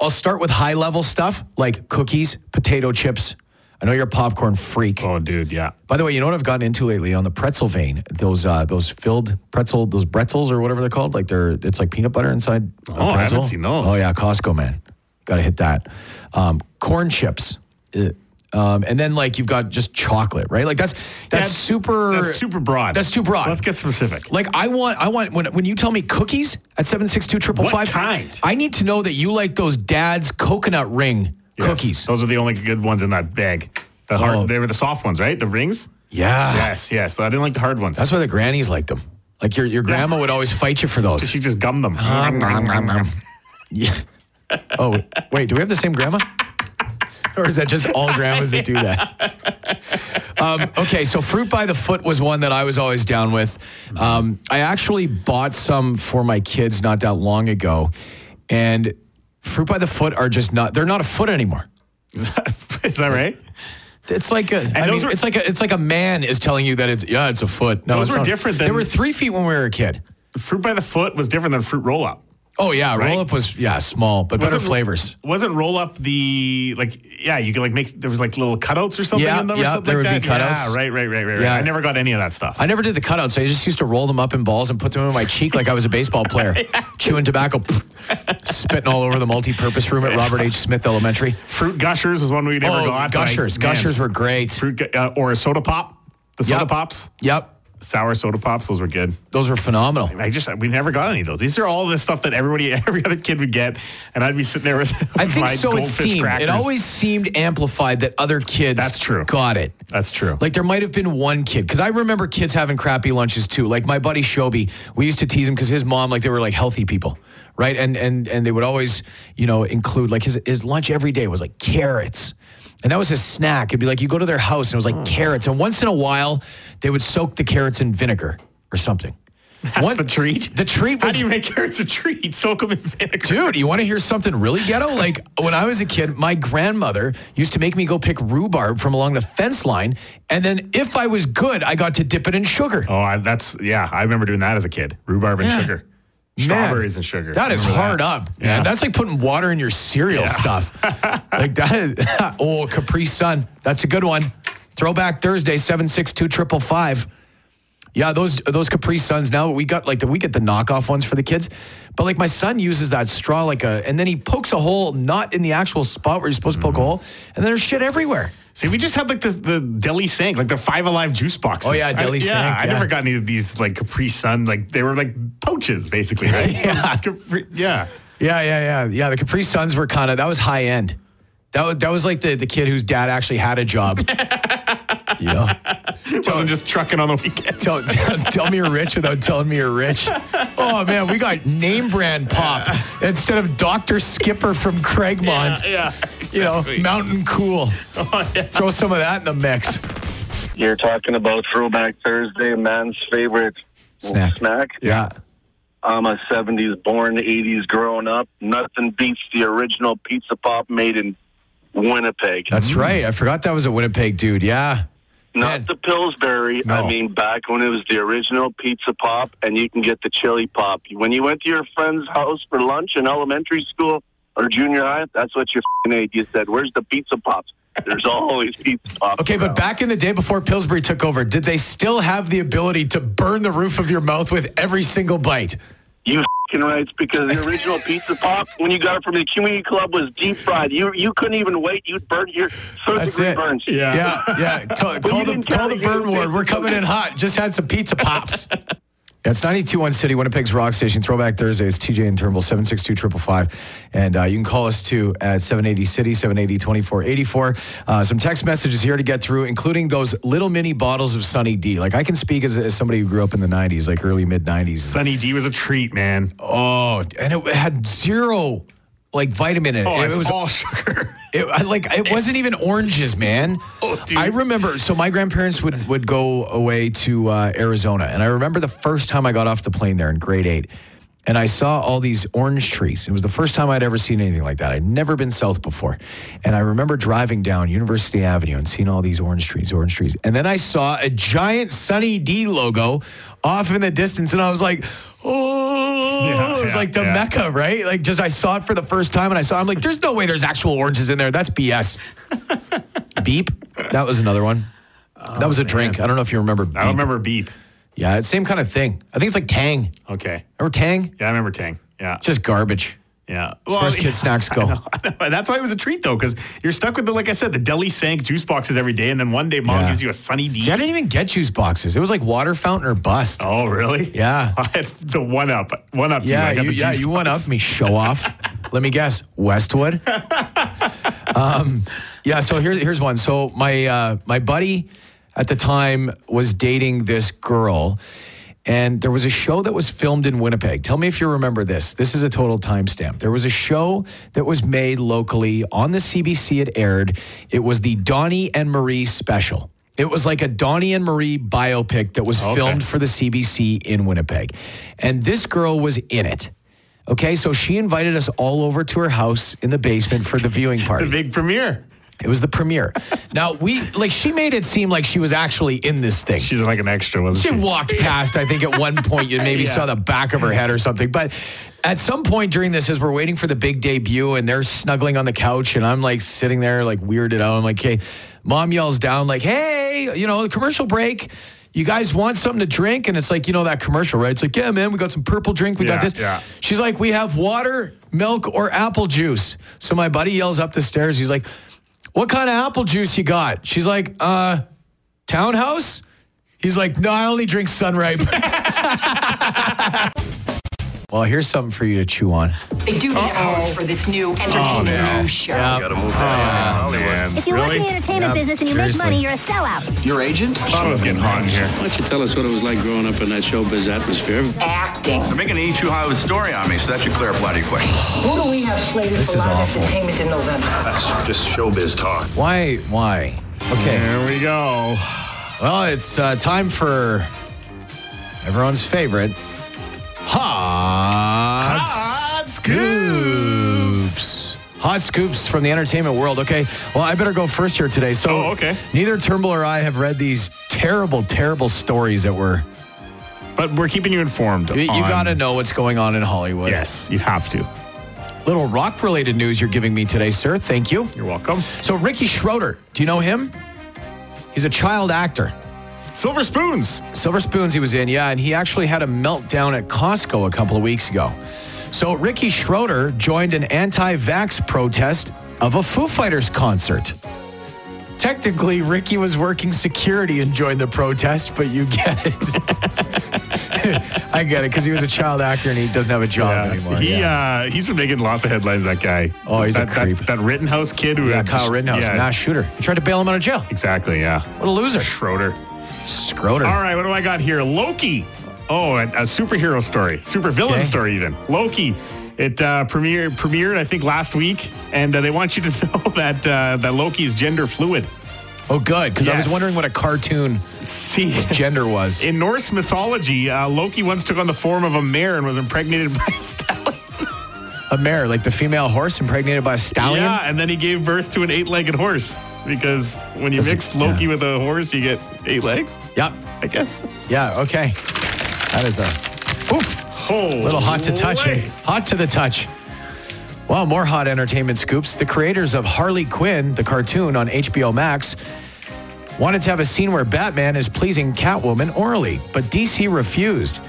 Speaker 3: I'll start with high level stuff like cookies, potato chips. I know you're a popcorn freak.
Speaker 4: Oh, dude, yeah.
Speaker 3: By the way, you know what I've gotten into lately on the pretzel vein? Those uh, those filled pretzel, those pretzels or whatever they're called. Like they're it's like peanut butter inside. a
Speaker 4: Oh, I haven't
Speaker 3: pretzel.
Speaker 4: seen those.
Speaker 3: Oh yeah, Costco man, got to hit that. Um, corn chips, Ugh. um, and then like you've got just chocolate, right? Like that's that's
Speaker 4: That's-
Speaker 3: super.
Speaker 4: That's super broad.
Speaker 3: That's too broad.
Speaker 4: Let's get specific.
Speaker 3: Like I want, I want when when you tell me cookies at seven six two triple five.
Speaker 4: What kind?
Speaker 3: I need to know that you like those dad's coconut ring
Speaker 4: Yes, Oh,
Speaker 3: cookies.
Speaker 4: Those are the only good ones in that bag. The hard,
Speaker 3: Oh.
Speaker 4: they were the soft ones, right? The rings.
Speaker 3: yeah.
Speaker 4: Yes, yes. I didn't like the hard ones.
Speaker 3: That's why the grannies liked them. Like your your grandma would always fight you for those.
Speaker 4: she just gummed them.
Speaker 3: Uh-huh. Yeah. Oh, wait, do we have the same grandma? Or is that just all grandmas that do that? Um, okay, so fruit by the foot was one that I was always down with. Um, I actually bought some for my kids not that long ago, and fruit by the foot are just not—they're not a foot anymore.
Speaker 4: Is that right?
Speaker 3: It's like a, I
Speaker 4: those
Speaker 3: mean,
Speaker 4: were-
Speaker 3: it's like a, it's like a man is telling you that it's yeah, it's a foot. No,
Speaker 4: Those
Speaker 3: it's
Speaker 4: were
Speaker 3: not.
Speaker 4: different
Speaker 3: They
Speaker 4: than-
Speaker 3: were three feet when we were a kid.
Speaker 4: Fruit by the foot was different than fruit roll up.
Speaker 3: Oh yeah,
Speaker 4: Right?
Speaker 3: roll up was yeah small, but better flavors.
Speaker 4: Wasn't roll up the like? Yeah, you could like make there was like little cutouts or something
Speaker 3: Yeah,
Speaker 4: in them or
Speaker 3: yeah,
Speaker 4: something
Speaker 3: there
Speaker 4: like
Speaker 3: would be
Speaker 4: that.
Speaker 3: cutouts.
Speaker 4: Yeah, right, right, right, right, right.
Speaker 3: Yeah.
Speaker 4: I never got any of that stuff.
Speaker 3: I never did the cutouts. I just used to roll them up in balls and put them in my cheek like I was a baseball player, chewing tobacco, spitting all over the multi-purpose room at Robert H. Smith Elementary. Oh,
Speaker 4: fruit gushers was one we never got. but I-
Speaker 3: gushers!
Speaker 4: man,
Speaker 3: gushers were great.
Speaker 4: fruit gu- uh, or a soda pop. The soda
Speaker 3: Yep.
Speaker 4: pops,
Speaker 3: Yep,
Speaker 4: sour soda pops, those were good.
Speaker 3: those were phenomenal.
Speaker 4: I just we never got any of those. These are all the stuff that everybody, every other kid would get, and I'd be sitting there with
Speaker 3: I think
Speaker 4: my
Speaker 3: so. It
Speaker 4: goldfish
Speaker 3: seemed. It
Speaker 4: crackers.
Speaker 3: always seemed amplified that other kids.
Speaker 4: That's true.
Speaker 3: Got it.
Speaker 4: that's true.
Speaker 3: Like there might have been one kid because I remember kids having crappy lunches too. Like my buddy Shobi, we used to tease him because his mom, like they were like healthy people, right? And and and they would always, you know, include like his his lunch every day was like carrots. And that was his snack. It'd be like you go to their house and it was like carrots. And once in a while, they would soak the carrots in vinegar or something.
Speaker 4: That's the treat?
Speaker 3: The treat
Speaker 4: How
Speaker 3: was
Speaker 4: do you make carrots a treat? Soak them in vinegar.
Speaker 3: Dude, you want to hear something really ghetto? Like when I was a kid, my grandmother used to make me go pick rhubarb from along the fence line, and then if I was good, I got to dip it in sugar.
Speaker 4: Oh, I, that's yeah. I remember doing that as a kid. Rhubarb and
Speaker 3: Yeah.
Speaker 4: sugar, strawberries
Speaker 3: Man,
Speaker 4: and sugar.
Speaker 3: That is
Speaker 4: Remember
Speaker 3: hard
Speaker 4: that.
Speaker 3: up. Yeah, that's like putting water in your cereal stuff. like that is. oh, Capri Sun. That's a good one. Throwback Thursday, seven six two triple five. Yeah, those those Capri Suns. Now we got like the we get the knockoff ones for the kids, but like my son uses that straw like a, and then he pokes a hole not in the actual spot where you're supposed to poke a hole, and there's shit everywhere.
Speaker 4: See, we just had like the, the deli sank, like the Five Alive juice boxes.
Speaker 3: Oh, yeah,
Speaker 4: I-
Speaker 3: Deli
Speaker 4: yeah,
Speaker 3: Sank,
Speaker 4: I
Speaker 3: yeah.
Speaker 4: never got any of these like Capri Sun, like they were like pouches basically, right?
Speaker 3: Yeah.
Speaker 4: Capri, yeah.
Speaker 3: Yeah, yeah, yeah, yeah. The Capri Suns were kind of that was high end. That was, that was like the, the kid whose dad actually had a job. yeah.
Speaker 4: It wasn't just trucking on the weekends.
Speaker 3: Tell, tell, tell me you're rich without telling me you're rich. Oh man, we got name brand pop instead of Dr. Skipper from Craigmont.
Speaker 4: yeah,
Speaker 3: You know,
Speaker 4: exactly. Oh,
Speaker 3: Mountain Cool. Throw some of that in the mix.
Speaker 2: You're talking about Throwback Thursday, man's favorite
Speaker 3: Snack.
Speaker 2: snack.
Speaker 3: Yeah.
Speaker 2: I'm a 70s born, 80s grown up. Nothing beats the original pizza pop made in Winnipeg.
Speaker 3: That's right. I forgot that was a Winnipeg dude. Yeah.
Speaker 2: Not
Speaker 3: man.
Speaker 2: the Pillsbury.
Speaker 4: No.
Speaker 2: I mean, back when it was the original pizza pop, and you can get the chili pop. When you went to your friend's house for lunch in elementary school or junior high, that's what your fing age. You said, "Where's the pizza pops?" There's always pizza pops.
Speaker 3: Okay, but
Speaker 2: around.
Speaker 3: back in the day before Pillsbury took over, did they still have the ability to burn the roof of your mouth with every single bite?
Speaker 2: You fing rights because the original pizza pop, when you got it from the community club, was deep fried. You you couldn't even wait. You'd burn your third
Speaker 3: That's
Speaker 2: degree
Speaker 3: it.
Speaker 2: burns.
Speaker 3: Yeah, yeah. Call, call
Speaker 2: you
Speaker 3: the
Speaker 2: didn't
Speaker 3: call
Speaker 2: tell
Speaker 3: the
Speaker 2: me
Speaker 3: burn
Speaker 2: you-
Speaker 3: ward. We're coming in hot. Just had some pizza pops. yeah, it's 921 City, Winnipeg's Rock Station. Throwback Thursday. It's TJ and Turnbull, 762 555. And uh, you can call us too at 780 City, 780 2484. Uh, some text messages here to get through, including those little mini bottles of Sunny D. Like, I can speak as, as somebody who grew up in the 90s, like early mid 90s.
Speaker 4: Sunny D was a treat, man. Oh,
Speaker 3: Oh, and it had zero like vitamin in it. Oh, it
Speaker 4: it's
Speaker 3: was
Speaker 4: all sugar.
Speaker 3: it, I- like it wasn't even oranges, man.
Speaker 4: Oh, dude.
Speaker 3: I remember. So my grandparents would would go away to uh, Arizona, and I remember the first time I got off the plane there in grade eight, and I saw all these orange trees. It was the first time I'd ever seen anything like that. I'd never been south before, and I remember driving down University Avenue and seeing all these orange trees, orange trees, and then I saw a giant Sunny D logo off in the distance, and I was like. Oh,
Speaker 4: Yeah,
Speaker 3: it was
Speaker 4: yeah,
Speaker 3: like the
Speaker 4: yeah.
Speaker 3: Mecca America, right? Like, just I saw it for the first time, and I saw. I'm like, there's no way there's actual oranges in there. That's BS. Beep. That was another one. that was a drink. I don't know if you remember. Beep.
Speaker 4: Oh, I don't remember beep.
Speaker 3: Yeah, it's same kind of thing. I think it's like Tang.
Speaker 4: Okay.
Speaker 3: Remember Tang?
Speaker 4: Yeah, I remember Tang. Yeah.
Speaker 3: Just garbage.
Speaker 4: Yeah.
Speaker 3: As
Speaker 4: Well,
Speaker 3: far as kid snacks go.
Speaker 4: That's why it was a treat though, because you're stuck with the like I said, the deli sank juice boxes every day, and then one day mom
Speaker 3: Yeah.
Speaker 4: gives you a sunny D.
Speaker 3: See, I didn't even get juice boxes. It was like water fountain or bust.
Speaker 4: oh, really?
Speaker 3: Yeah.
Speaker 4: I had the one up, one up.
Speaker 3: Yeah,
Speaker 4: I got
Speaker 3: you,
Speaker 4: the
Speaker 3: yeah,
Speaker 4: juice
Speaker 3: you one up
Speaker 4: box.
Speaker 3: me, show off. Let me guess, Westwood. um, yeah, so here, here's one. So my uh, my buddy at the time was dating this girl, and there was a show that was filmed in Winnipeg. Tell me if you remember this. This is a total timestamp. There was a show that was made locally on the CBC. It aired. It was the Donnie and Marie special. It was like a Donnie and Marie biopic that was filmed for the CBC in Winnipeg. And this girl was in it. Okay, so she invited us all over to her house in the basement for the viewing
Speaker 4: The
Speaker 3: party.
Speaker 4: big premiere.
Speaker 3: it was the premiere. Now, we like she made it seem like she was actually in this thing.
Speaker 4: She's like an extra, wasn't
Speaker 3: She
Speaker 4: she?
Speaker 3: walked past, I think, at one point. You maybe
Speaker 4: Yeah.
Speaker 3: saw the back of her head or something. But at some point during this, as we're waiting for the big debut and they're snuggling on the couch, and I'm like sitting there, like weirded out. I'm like, hey, mom yells down, like, hey, you know, commercial break. You guys want something to drink? And it's like, you know, that commercial, right? It's like, yeah, man, we got some purple drink. We
Speaker 4: Yeah,
Speaker 3: got this.
Speaker 4: yeah.
Speaker 3: She's like, we have water, milk, or apple juice. So my buddy yells up the stairs. He's like, what kind of apple juice you got? She's like, uh, townhouse? He's like, no, I only drink Sunripe. well, here's something for you to chew on.
Speaker 1: Oh, They do need a host for this new entertainment news show.
Speaker 3: Yeah.
Speaker 4: Oh, man.
Speaker 7: If you
Speaker 4: really?
Speaker 7: work in the entertainment
Speaker 3: Yeah,
Speaker 7: business and you
Speaker 3: seriously.
Speaker 7: make money, you're a sellout.
Speaker 8: Your agent?
Speaker 4: thought it was getting hot in here.
Speaker 9: Why don't you tell us what it was like growing up in that showbiz atmosphere?
Speaker 10: acting.
Speaker 8: They're making an E too high with story on me, so that should clear up a lot of your questions.
Speaker 10: Who do we have slated
Speaker 3: This
Speaker 10: for
Speaker 3: is
Speaker 10: live
Speaker 3: awful.
Speaker 10: entertainment in November?
Speaker 8: That's just showbiz talk.
Speaker 3: Why? Why? Okay.
Speaker 4: There we go.
Speaker 3: Well, it's uh, time for everyone's favorite hot,
Speaker 4: Hot Scoops.
Speaker 3: Hot scoops from the entertainment world. Okay. Well, I better go first here today. So,
Speaker 4: Oh, okay.
Speaker 3: neither Turnbull or I have read these terrible, terrible stories that were.
Speaker 4: But we're keeping you informed.
Speaker 3: You,
Speaker 4: on-
Speaker 3: got to know what's going on in Hollywood.
Speaker 4: Yes, you have to.
Speaker 3: Little rock related news you're giving me today, sir. Thank you.
Speaker 4: You're welcome.
Speaker 3: So, Ricky Schroeder, do you know him? He's a child actor.
Speaker 4: Silver spoons.
Speaker 3: Silver Spoons he was in, yeah, and he actually had a meltdown at Costco a couple of weeks ago. So Ricky Schroeder joined an anti-vax protest of a Foo Fighters concert. Technically, Ricky was working security and joined the protest, but you get it. I get it because he was a child actor and he doesn't have a job anymore.
Speaker 4: He uh, he's been making lots of headlines. That guy.
Speaker 3: Oh, he's a
Speaker 4: that, that-
Speaker 3: creep.
Speaker 4: That, Rittenhouse kid who
Speaker 3: yeah,
Speaker 4: had
Speaker 3: Kyle Rittenhouse,
Speaker 4: yeah,
Speaker 3: mass shooter. He tried to bail him out of jail.
Speaker 4: Exactly. Yeah.
Speaker 3: What a loser.
Speaker 4: Schroeder.
Speaker 3: Schroeder.
Speaker 4: All right. What do I got here? Loki. Oh, a, a superhero story, super villain
Speaker 3: Okay.
Speaker 4: story even. Loki. It uh, premiered premiered I think last week, and uh, they want you to know that uh, that Loki is gender fluid.
Speaker 3: Oh, good, because I was
Speaker 4: Yes.
Speaker 3: wondering what a cartoon
Speaker 4: See.
Speaker 3: gender was.
Speaker 4: In Norse mythology, uh, Loki once took on the form of a mare and was impregnated by a stallion.
Speaker 3: a mare, like the female horse impregnated by a stallion.
Speaker 4: Yeah, and then he gave birth to an eight-legged horse because when you
Speaker 3: That's-
Speaker 4: mix Loki
Speaker 3: yeah.
Speaker 4: with a horse, you get eight legs.
Speaker 3: Yep.
Speaker 4: I guess.
Speaker 3: Yeah. Okay. That is a oof,
Speaker 4: Oh,
Speaker 3: little hot to touch. Hot to the touch. Well, more hot entertainment scoops. The creators of Harley Quinn, the cartoon on HBO Max, wanted to have a scene where Batman is pleasing Catwoman orally, but DC refused.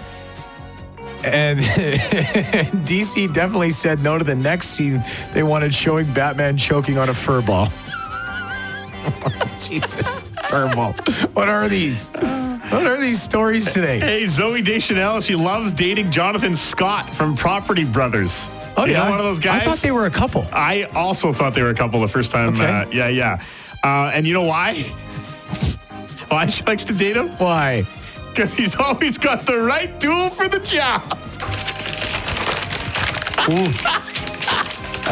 Speaker 3: And DC definitely said no to the next scene they wanted showing Batman choking on a fur ball. Jesus. Turnbull. What are these? What are these stories today?
Speaker 4: Hey, Zoe Deschanel, she loves dating Jonathan Scott from Property Brothers. you know one of those guys.
Speaker 3: Oh, I thought they were a couple.
Speaker 4: I also thought they were a couple the first time.
Speaker 3: Okay.
Speaker 4: Uh, yeah, yeah. Uh, and you know why? why she likes to date him?
Speaker 3: Why?
Speaker 4: Because he's always got the right tool for the job.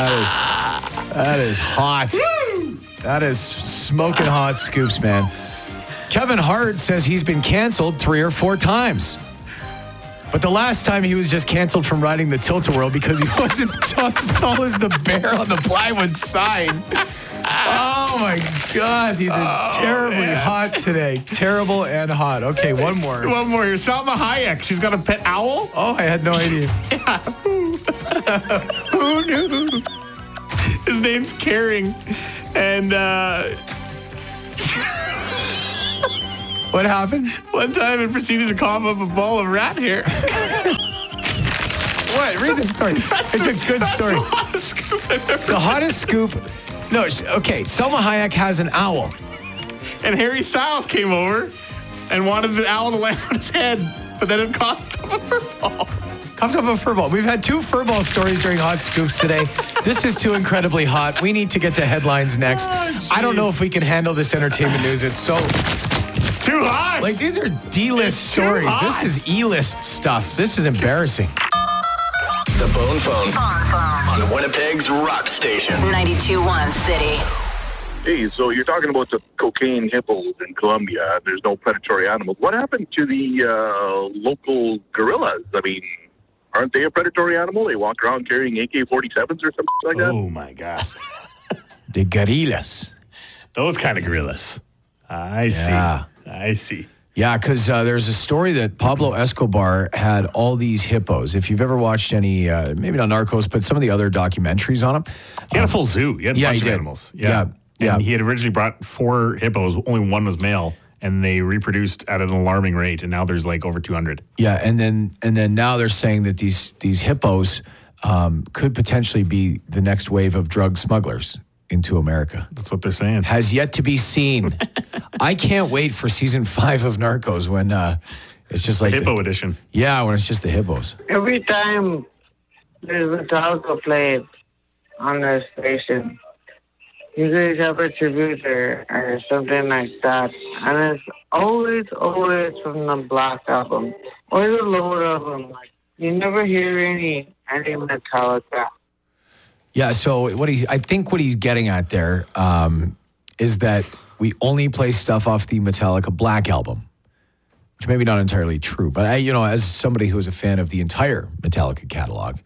Speaker 3: That is hot. that is smoking hot scoops, man. Kevin Hart says he's been canceled three or four times. But the last time he was just canceled from riding the tilt a whirl because he wasn't t- as tall as the bear on the plywood sign. Oh my God, these are terribly hot today. Terrible and hot. Okay, one more.
Speaker 4: One more here. Salma Hayek. She's got a pet owl.
Speaker 3: Oh, I had no idea. Oh,
Speaker 4: Who knew? His name's Caring. And uh,
Speaker 3: What happened?
Speaker 4: one time it proceeded to cough up a ball of rat hair.
Speaker 3: What? Read the story. it's a good story. The hottest scoop. No, sh- okay. Selma Hayek has an owl.
Speaker 4: and Harry Styles came over and wanted the owl to land on his head, but then it coughed up a fur ball.
Speaker 3: Coughed up a furball. We've had two furball stories during hot scoops today. this is too incredibly hot. We need to get to headlines next.
Speaker 4: Oh,
Speaker 3: I don't know
Speaker 4: jeez.
Speaker 3: if we can handle this entertainment news. It's so
Speaker 4: It's too hot.
Speaker 3: like these are D-list
Speaker 4: It's too
Speaker 3: stories. This
Speaker 4: hot.
Speaker 3: is E-list stuff. This is embarrassing.
Speaker 8: The Bone Phone. On Winnipeg's Rock Station.
Speaker 1: 92.1 City.
Speaker 2: Hey, so you're talking about the cocaine hippos in Colombia. There's no predatory animals. What happened to the uh, local gorillas? I mean, aren't they a predatory animal? They walk around carrying AK-47s or something like that.
Speaker 4: oh my God.
Speaker 3: The gorillas.
Speaker 4: Those kind of gorillas. I
Speaker 3: Yeah.
Speaker 4: see. I see.
Speaker 3: Yeah, because uh, there's a story that Pablo Escobar had all these hippos. If you've ever watched any, uh, maybe not Narcos, but some of the other documentaries on him,
Speaker 4: He had a full zoo. He had a
Speaker 3: yeah, he
Speaker 4: bunch of
Speaker 3: did.
Speaker 4: animals.
Speaker 3: Yeah,
Speaker 4: And
Speaker 3: yeah.
Speaker 4: he had originally brought four hippos. Only one was male, and they reproduced at an alarming rate. And now there's like over 200.
Speaker 3: Yeah, and then and then now they're saying that these these hippos um, could potentially be the next wave of drug smugglers into America.
Speaker 4: That's what they're saying.
Speaker 3: Has yet to be seen. I can't wait for season five of Narcos when uh, it's just like the-
Speaker 4: Hippo edition.
Speaker 3: yeah, when it's just the hippos.
Speaker 10: Every time there's a talk of play on the station,
Speaker 7: you guys have a distributor or something like that. And it's always, always from the Black album or the Load album. Like you never hear any any Metallica.
Speaker 3: Yeah. So what he, I think what he's getting at there um, is that we only play stuff off the Metallica Black album, which maybe not entirely true. But I, you know, as somebody who is a fan of the entire Metallica catalog,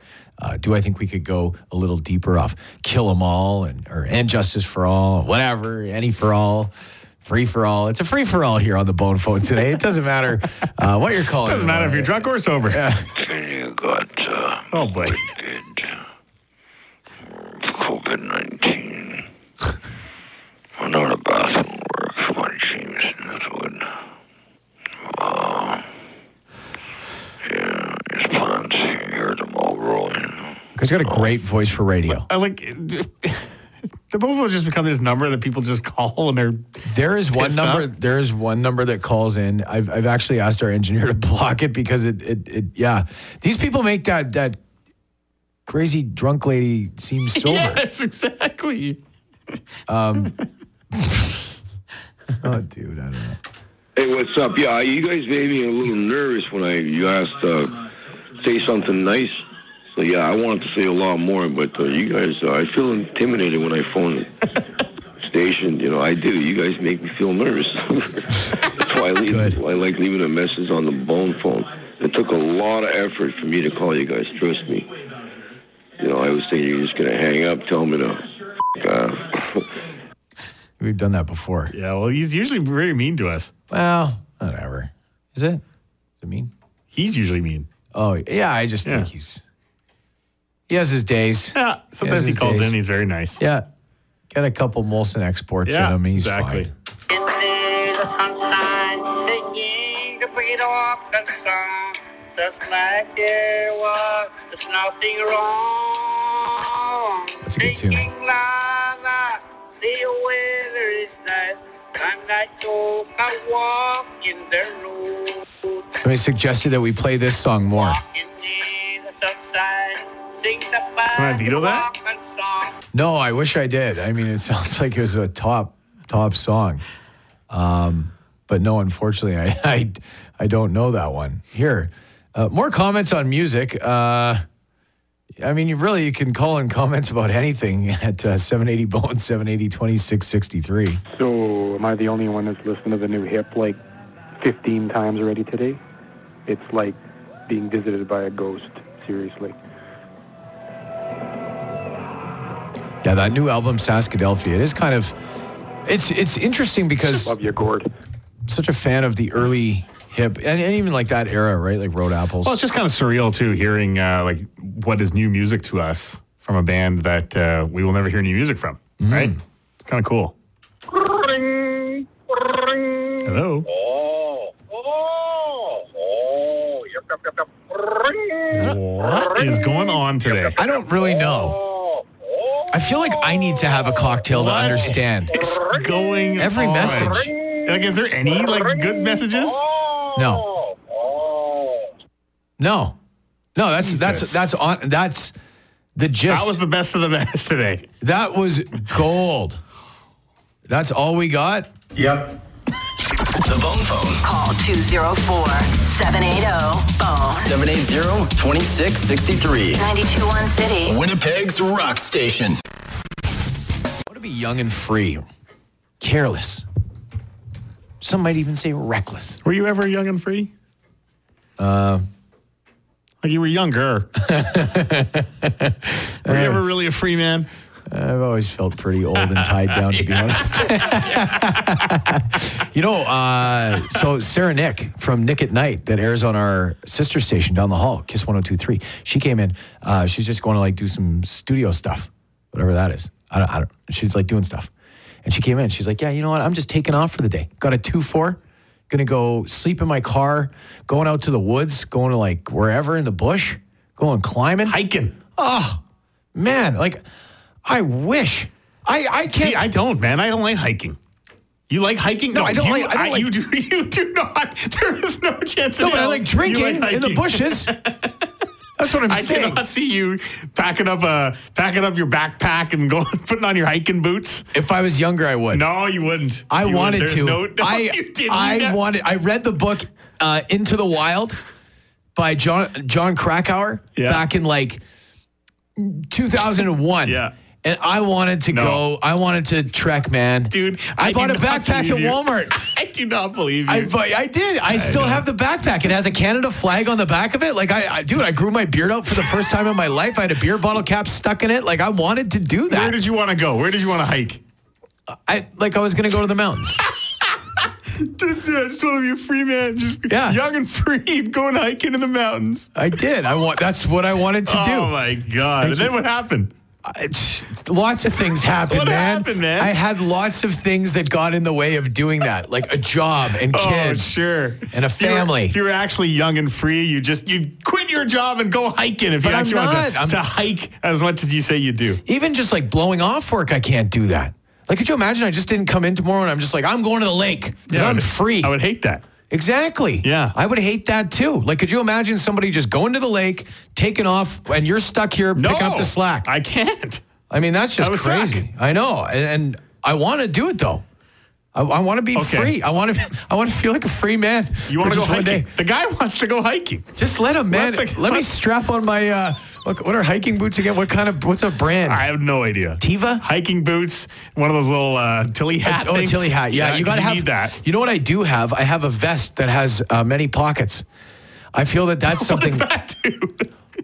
Speaker 3: uh, do I think we could go a little deeper off "Kill 'Em All" and or "And Justice for All," whatever, "Any for All." Free for all. It's a free for all here on the Bone Phone today. It doesn't matter uh, what you're calling.
Speaker 4: Doesn't
Speaker 3: it.
Speaker 4: matter if you're drunk or sober.
Speaker 11: You got uh,
Speaker 4: Oh boy.
Speaker 11: COVID 19. I know the bathroom works for my team Smithwood. Uh, yeah, his plants, you hear them all rolling.
Speaker 3: He's got a great voice for radio.
Speaker 4: I like the Buffalo just become this number that people just call and they're
Speaker 3: There is one
Speaker 4: Pissed
Speaker 3: number. There is one number that calls in. I've, I've actually asked our engineer to block it because it, it it yeah. These people make that that crazy drunk lady seem sober.
Speaker 4: Yes, exactly.
Speaker 3: Um, oh, dude, I don't know.
Speaker 12: Hey, what's up? Yeah, you guys made me a little nervous when I you asked uh, say something nice. So yeah, I wanted to say a lot more, but uh, you guys, uh, I feel intimidated when I phone the station. You know, I do. You guys make me feel nervous. That's why I leave. That's why I like leaving a message on the bone phone. It took a lot of effort for me to call you guys. Trust me. You know, I was thinking you're just gonna hang up, tell me to. f- uh, off.
Speaker 3: We've done that before.
Speaker 4: Yeah, well, he's usually very mean to us.
Speaker 3: Well, whatever. Is it? Is it mean?
Speaker 4: He's usually mean.
Speaker 3: Oh yeah, I just think he's he has his days.
Speaker 4: Yeah, sometimes he
Speaker 3: his
Speaker 4: calls
Speaker 3: days.
Speaker 4: in. He's very nice.
Speaker 3: Yeah, got a couple Molson exports
Speaker 4: Yeah,
Speaker 3: in him. and He's
Speaker 4: exactly.
Speaker 3: fine.
Speaker 13: That's
Speaker 3: a good tune. Somebody suggested that we play this song more.
Speaker 4: Can I veto that?
Speaker 3: No, I wish I did. I mean, it sounds like it was a top top song, um, but no, unfortunately, I, I I don't know that one. Here, uh, more comments on music. Uh, I mean, you really you can call in comments about anything at uh, seven eighty bone seven eighty twenty six sixty three.
Speaker 14: So, am I the only one that's listened to the new hip like 15 times already today? It's like being visited by a ghost, seriously.
Speaker 3: Yeah, that new album Saskadelphia. It is kind of it's it's interesting because love
Speaker 14: your gourd.
Speaker 3: Such a fan of the early hip and, and even like that era, right? Like Road Apples.
Speaker 4: Well, it's just kind of surreal too, hearing uh, like what is new music to us from a band that uh, we will never hear new music from.
Speaker 3: Mm.
Speaker 4: Right? It's kind of cool. Hello. What is going on today?
Speaker 3: I don't really know. I feel like I need to have a cocktail to understand.
Speaker 4: It's going
Speaker 3: Every
Speaker 4: on?
Speaker 3: message.
Speaker 4: Like, is there any like good messages?
Speaker 3: No. No. No, that's that's
Speaker 4: Jesus.
Speaker 3: that's on that's the gist.
Speaker 4: That was the best of the best today.
Speaker 3: That was gold. That's all we got?
Speaker 4: Yep.
Speaker 1: The Bone Phone. Call 204-780-BONE.
Speaker 8: 780-2663.
Speaker 1: 921 City.
Speaker 8: Winnipeg's Rock Station.
Speaker 3: What to be young and free, careless. Some might even say reckless.
Speaker 4: Were you ever young and free?
Speaker 3: Uh,
Speaker 4: Like you were younger. were you ever really a free man?
Speaker 3: I've always felt pretty old and tied down, to be honest. you know, uh, so Sarah Nick from Nick at Night, that airs on our sister station down the hall, Kiss 1023, she came in. Uh, she's just going to like do some studio stuff, whatever that is. I don't, I don't, she's like doing stuff. And she came in. She's like, Yeah, you know what? I'm just taking off for the day. Got a 2 4. Gonna go sleep in my car, going out to the woods, going to like wherever in the bush, going climbing,
Speaker 4: hiking.
Speaker 3: Oh, man. Like, I wish. I, I can't.
Speaker 4: See, I don't, man. I don't like hiking. You like hiking?
Speaker 3: No, I don't
Speaker 4: you,
Speaker 3: like- I don't like-
Speaker 4: you do. You do not. There is no chance.
Speaker 3: No,
Speaker 4: in
Speaker 3: but I
Speaker 4: hell
Speaker 3: like
Speaker 4: you
Speaker 3: drinking in the
Speaker 4: hiking.
Speaker 3: bushes. That's That's what I'm
Speaker 4: I
Speaker 3: saying.
Speaker 4: cannot see you packing up a packing up your backpack and going putting on your hiking boots.
Speaker 3: If I was younger, I would.
Speaker 4: No, you wouldn't.
Speaker 3: I
Speaker 4: You wouldn't.
Speaker 3: wanted
Speaker 4: There's
Speaker 3: to.
Speaker 4: No, no,
Speaker 3: I,
Speaker 4: you didn't.
Speaker 3: I
Speaker 4: You never-
Speaker 3: wanted. I read the book uh, Into the Wild by John John Krakauer
Speaker 4: Yeah.
Speaker 3: back in like 2001. Yeah. And I wanted to go. I wanted to trek, man.
Speaker 4: Dude,
Speaker 3: I,
Speaker 4: do
Speaker 3: bought a
Speaker 4: not
Speaker 3: backpack
Speaker 4: believe
Speaker 3: at
Speaker 4: you.
Speaker 3: Walmart.
Speaker 4: I do not believe you.
Speaker 3: I, bu- I did. I, still
Speaker 4: know.
Speaker 3: have the backpack. It has a Canada flag on the back of it. Like I, I, dude, I grew my beard out for the first time in my life. I had a beer bottle cap stuck in it. Like I wanted to do that.
Speaker 4: Where did you want to go? Where did you want to hike?
Speaker 3: I like I was gonna go to the mountains.
Speaker 4: That's it. I just want to be a free man, just
Speaker 3: Yeah.
Speaker 4: young and free, going hiking in the mountains.
Speaker 3: I did. I want. That's what I wanted to do.
Speaker 4: Oh my god!
Speaker 3: Thank
Speaker 4: and then
Speaker 3: you.
Speaker 4: what happened?
Speaker 3: I- lots of things happened,
Speaker 4: What
Speaker 3: man.
Speaker 4: happened, man?
Speaker 3: I had lots of things that got in the way of doing that, like a job and
Speaker 4: Oh,
Speaker 3: kids
Speaker 4: sure.
Speaker 3: and a
Speaker 4: If you were-
Speaker 3: family.
Speaker 4: If you're actually young and free, you just you quit your job and go hiking. If
Speaker 3: But
Speaker 4: you
Speaker 3: I'm
Speaker 4: actually want
Speaker 3: not. I'm-
Speaker 4: to, to hike as much as you say you do.
Speaker 3: Even just like blowing off work, I can't do that. Like, could you imagine? I just didn't come in tomorrow, and I'm just like, I'm going to the lake. 'cause
Speaker 4: Yeah, I
Speaker 3: I'm
Speaker 4: would-
Speaker 3: free.
Speaker 4: I would hate that.
Speaker 3: Exactly.
Speaker 4: Yeah.
Speaker 3: I would hate that too. Like, could you imagine somebody just going to the lake, taking off, and you're stuck here
Speaker 4: No,
Speaker 3: picking up the slack?
Speaker 4: I can't.
Speaker 3: I mean, that's just
Speaker 4: That would suck.
Speaker 3: crazy. I know, and, and I want to do it though. I, I want to be
Speaker 4: Okay.
Speaker 3: free. I want to. I want to feel like a free man.
Speaker 4: You
Speaker 3: for
Speaker 4: want to go
Speaker 3: just one
Speaker 4: hiking?
Speaker 3: day.
Speaker 4: The guy wants to go hiking.
Speaker 3: Just let him, man.
Speaker 4: Let
Speaker 3: Let,
Speaker 4: the-
Speaker 3: me
Speaker 4: let-
Speaker 3: strap on my. Uh, what, what are hiking boots again? What kind of? What's a brand?
Speaker 4: I have no idea.
Speaker 3: Tiva.
Speaker 4: Hiking boots, one of those little uh, tilly hat.
Speaker 3: oh, a
Speaker 4: things.
Speaker 3: tilly hat. Yeah, you
Speaker 4: 'cause
Speaker 3: gotta have
Speaker 4: need that.
Speaker 3: You know what I do have? I have a vest that has uh, many pockets. I feel that that's something.
Speaker 4: What does that do?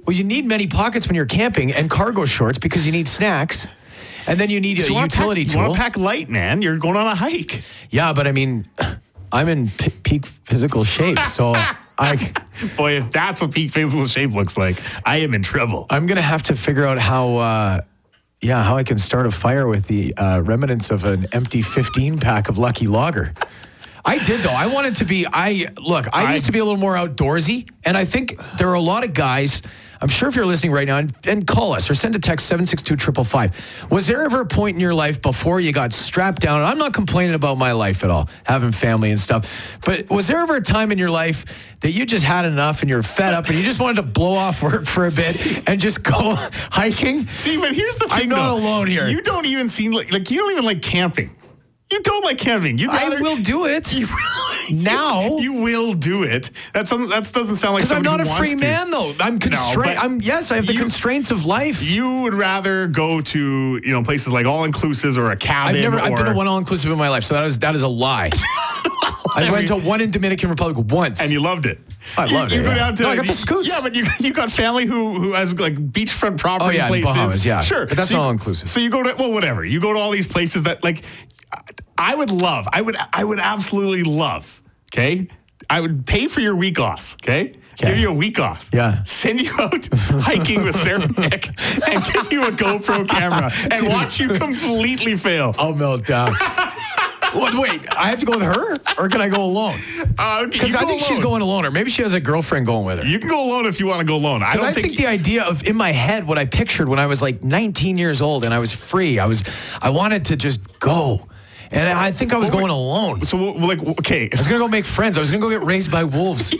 Speaker 3: Well, you need many pockets when you're camping and cargo shorts because you need snacks, and then you need a
Speaker 4: You wanna
Speaker 3: utility
Speaker 4: pack,
Speaker 3: tool.
Speaker 4: You want to pack light, man. You're going on a hike.
Speaker 3: Yeah, but I mean, I'm in p- peak physical shape, so I
Speaker 4: Boy, if that's what peak physical shape looks like, I am in trouble.
Speaker 3: I'm gonna have to figure out how. Uh, yeah, how I can start a fire with the uh, remnants of an empty 15 pack of Lucky Lager. I did though. I wanted to be. I look. I,
Speaker 4: I-
Speaker 3: used to be a little more outdoorsy, and I think there are a lot of guys. I'm sure if you're listening right now, and, and call us or send a text seven six two triple five. Was there ever a point in your life before you got strapped down? And I'm not complaining about my life at all, having family and stuff. But was there ever a time in your life that you just had enough and you're fed up and you just wanted to blow off work for a bit and just go hiking?
Speaker 4: See, but here's the thing.
Speaker 3: I'm not
Speaker 4: though.
Speaker 3: alone here.
Speaker 4: You don't even seem like like you don't even like camping. You don't like camping. You
Speaker 3: I
Speaker 4: rather
Speaker 3: will do it.
Speaker 4: you,
Speaker 3: Now.
Speaker 4: You, will do it. That's that doesn't sound like
Speaker 3: Because I'm
Speaker 4: somebody
Speaker 3: not a
Speaker 4: who wants
Speaker 3: free
Speaker 4: to.
Speaker 3: man, though. I'm constrained.
Speaker 4: but
Speaker 3: I'm yes, I have the
Speaker 4: you-
Speaker 3: constraints of life.
Speaker 4: You would rather go to you know places like all inclusives or a cabin.
Speaker 3: I've never.
Speaker 4: Or,
Speaker 3: I've been to one all inclusive in my life, so that is that is a lie. I went to one in Dominican Republic once.
Speaker 4: and you loved it.
Speaker 3: I
Speaker 4: You-
Speaker 3: loved
Speaker 4: you
Speaker 3: it,
Speaker 4: go
Speaker 3: yeah.
Speaker 4: down to
Speaker 3: No, I got the scoots.
Speaker 4: Yeah, but you you got family who who has like beachfront property
Speaker 3: Oh, yeah, in
Speaker 4: places.
Speaker 3: Bahamas, yeah.
Speaker 4: sure.
Speaker 3: But that's
Speaker 4: you-
Speaker 3: not all-inclusive.
Speaker 4: So you go to well, whatever. You go to all these places that like I- I would love. I would I would absolutely love. Okay, I would pay for your week off. Okay. Give
Speaker 3: Okay.
Speaker 4: you a week off.
Speaker 3: Yeah.
Speaker 4: Send you out hiking with Sarah Nick and give you a GoPro camera and watch you completely fail.
Speaker 3: I'll melt down. What, wait, I have to go with her, or can I go alone? Because
Speaker 4: Because
Speaker 3: I think she's going alone, or maybe she has a girlfriend going with her.
Speaker 4: You can go alone if you want to go alone. I
Speaker 3: Because
Speaker 4: don't
Speaker 3: I, think, the idea of in my head what I pictured when I was like 19 years old and I was free, I was, I wanted to just go, and I think I was going alone. I
Speaker 4: So, well, like, okay,
Speaker 3: was gonna go make friends. I was gonna go get raised by wolves.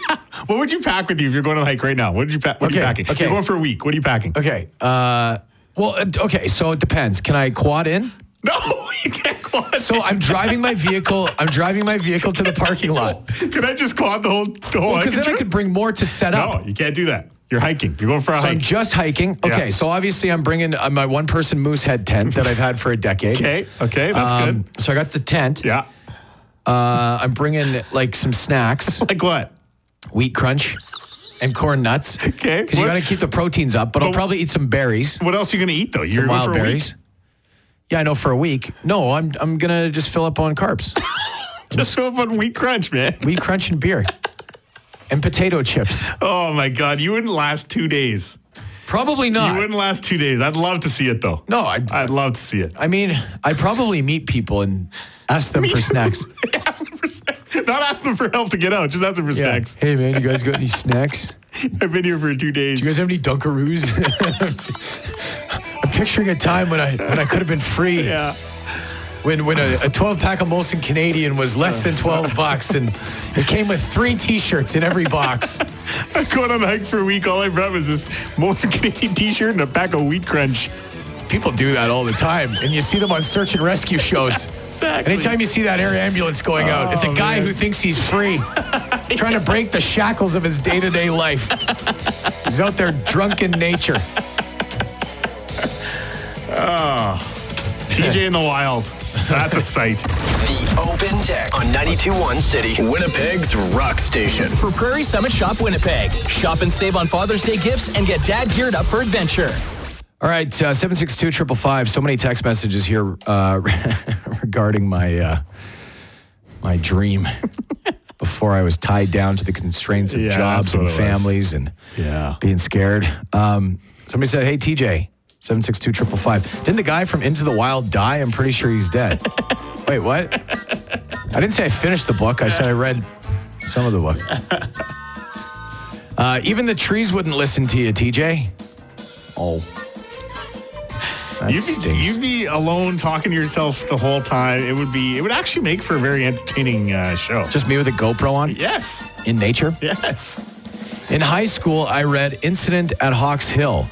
Speaker 4: what would you pack with you if you're going on a hike right now? What did you pack? What are you
Speaker 3: Okay,
Speaker 4: packing?
Speaker 3: okay.
Speaker 4: You're going for a week. What are you packing?
Speaker 3: Okay. Uh, well, uh, okay. So it depends. Can I quad in?
Speaker 4: No, you can't quad.
Speaker 3: So I'm driving my vehicle. I'm driving my vehicle to the parking lot
Speaker 4: Can I just quad the whole the whole
Speaker 3: because
Speaker 4: hiking
Speaker 3: then I
Speaker 4: trip?
Speaker 3: could bring more to set up.
Speaker 4: No, you can't do that. You're hiking. You're going for a
Speaker 3: So I'm
Speaker 4: hike.
Speaker 3: just hiking. Okay,
Speaker 4: Yeah.
Speaker 3: so obviously I'm bringing uh, my one-person moose head tent that I've had for a decade.
Speaker 4: okay, okay, that's
Speaker 3: Um,
Speaker 4: good.
Speaker 3: So I got the tent.
Speaker 4: Yeah.
Speaker 3: Uh, I'm bringing like some snacks,
Speaker 4: Like what?
Speaker 3: wheat crunch, and corn nuts.
Speaker 4: Okay,
Speaker 3: Because you
Speaker 4: what-
Speaker 3: got to keep the proteins up. But I'll
Speaker 4: But-
Speaker 3: probably eat some berries,
Speaker 4: What else are you going to eat though? You're
Speaker 3: some
Speaker 4: going
Speaker 3: wild
Speaker 4: for a week?
Speaker 3: berries. Yeah, I know for a week. No, I'm I'm gonna just fill up on carbs.
Speaker 4: Just go up on wheat crunch, man.
Speaker 3: wheat crunch and beer, and potato chips.
Speaker 4: Oh my god, you wouldn't last two days.
Speaker 3: Probably
Speaker 4: You
Speaker 3: not.
Speaker 4: wouldn't last two days. I'd love to see it though.
Speaker 3: no, I'd,
Speaker 4: I'd love to see it.
Speaker 3: I mean, I probably meet people and ask them for snacks.
Speaker 4: ask them for snacks. Not ask them for help to get out. Just ask them for
Speaker 3: Yeah.
Speaker 4: snacks.
Speaker 3: Hey man, you guys got any snacks?
Speaker 4: I've been here for two days.
Speaker 3: You guys have any Dunkaroos? I'm picturing a time when I when I could have been free.
Speaker 4: yeah.
Speaker 3: when when a, a 12 pack of Molson Canadian was less than 12 bucks, and it came with three T-shirts in every box.
Speaker 4: I going on the hike for a week. All I brought was this Molson Canadian T-shirt and a pack of Wheat Crunch.
Speaker 3: People do that all the time, and you see them on search and rescue shows.
Speaker 4: Exactly.
Speaker 3: Anytime you see that air ambulance going out, it's a
Speaker 4: Oh,
Speaker 3: guy
Speaker 4: man.
Speaker 3: who thinks he's free, trying to break the shackles of his day to day life. he's out there drunk in nature.
Speaker 4: Oh, TJ in the wild. That's a sight.
Speaker 8: Open Tech on 92.1 City, Winnipeg's rock station.
Speaker 13: For Prairie Summit Shop Winnipeg. Shop and save on Father's Day gifts and get dad geared up for adventure.
Speaker 3: All right, uh, 762 555. So many text messages here uh, regarding my uh, my dream before I was tied down to the constraints of
Speaker 4: Yeah,
Speaker 3: jobs
Speaker 4: that's what
Speaker 3: and
Speaker 4: it was.
Speaker 3: families and
Speaker 4: Yeah.
Speaker 3: being scared. Um, somebody said, Hey, TJ, 762 555. Didn't the guy from Into the Wild die? I'm pretty sure he's dead. Wait, what? I didn't say I finished the book, I said I read some of the book. Uh, even the trees wouldn't listen to you, TJ. Oh. That
Speaker 4: you'd, be,
Speaker 3: stinks.
Speaker 4: you'd be alone talking to yourself the whole time. It would be. It would actually make for a very entertaining uh, show.
Speaker 3: Just me with a GoPro on?
Speaker 4: Yes.
Speaker 3: In nature?
Speaker 4: Yes.
Speaker 3: In high school, I read Incident at Hawks Hill.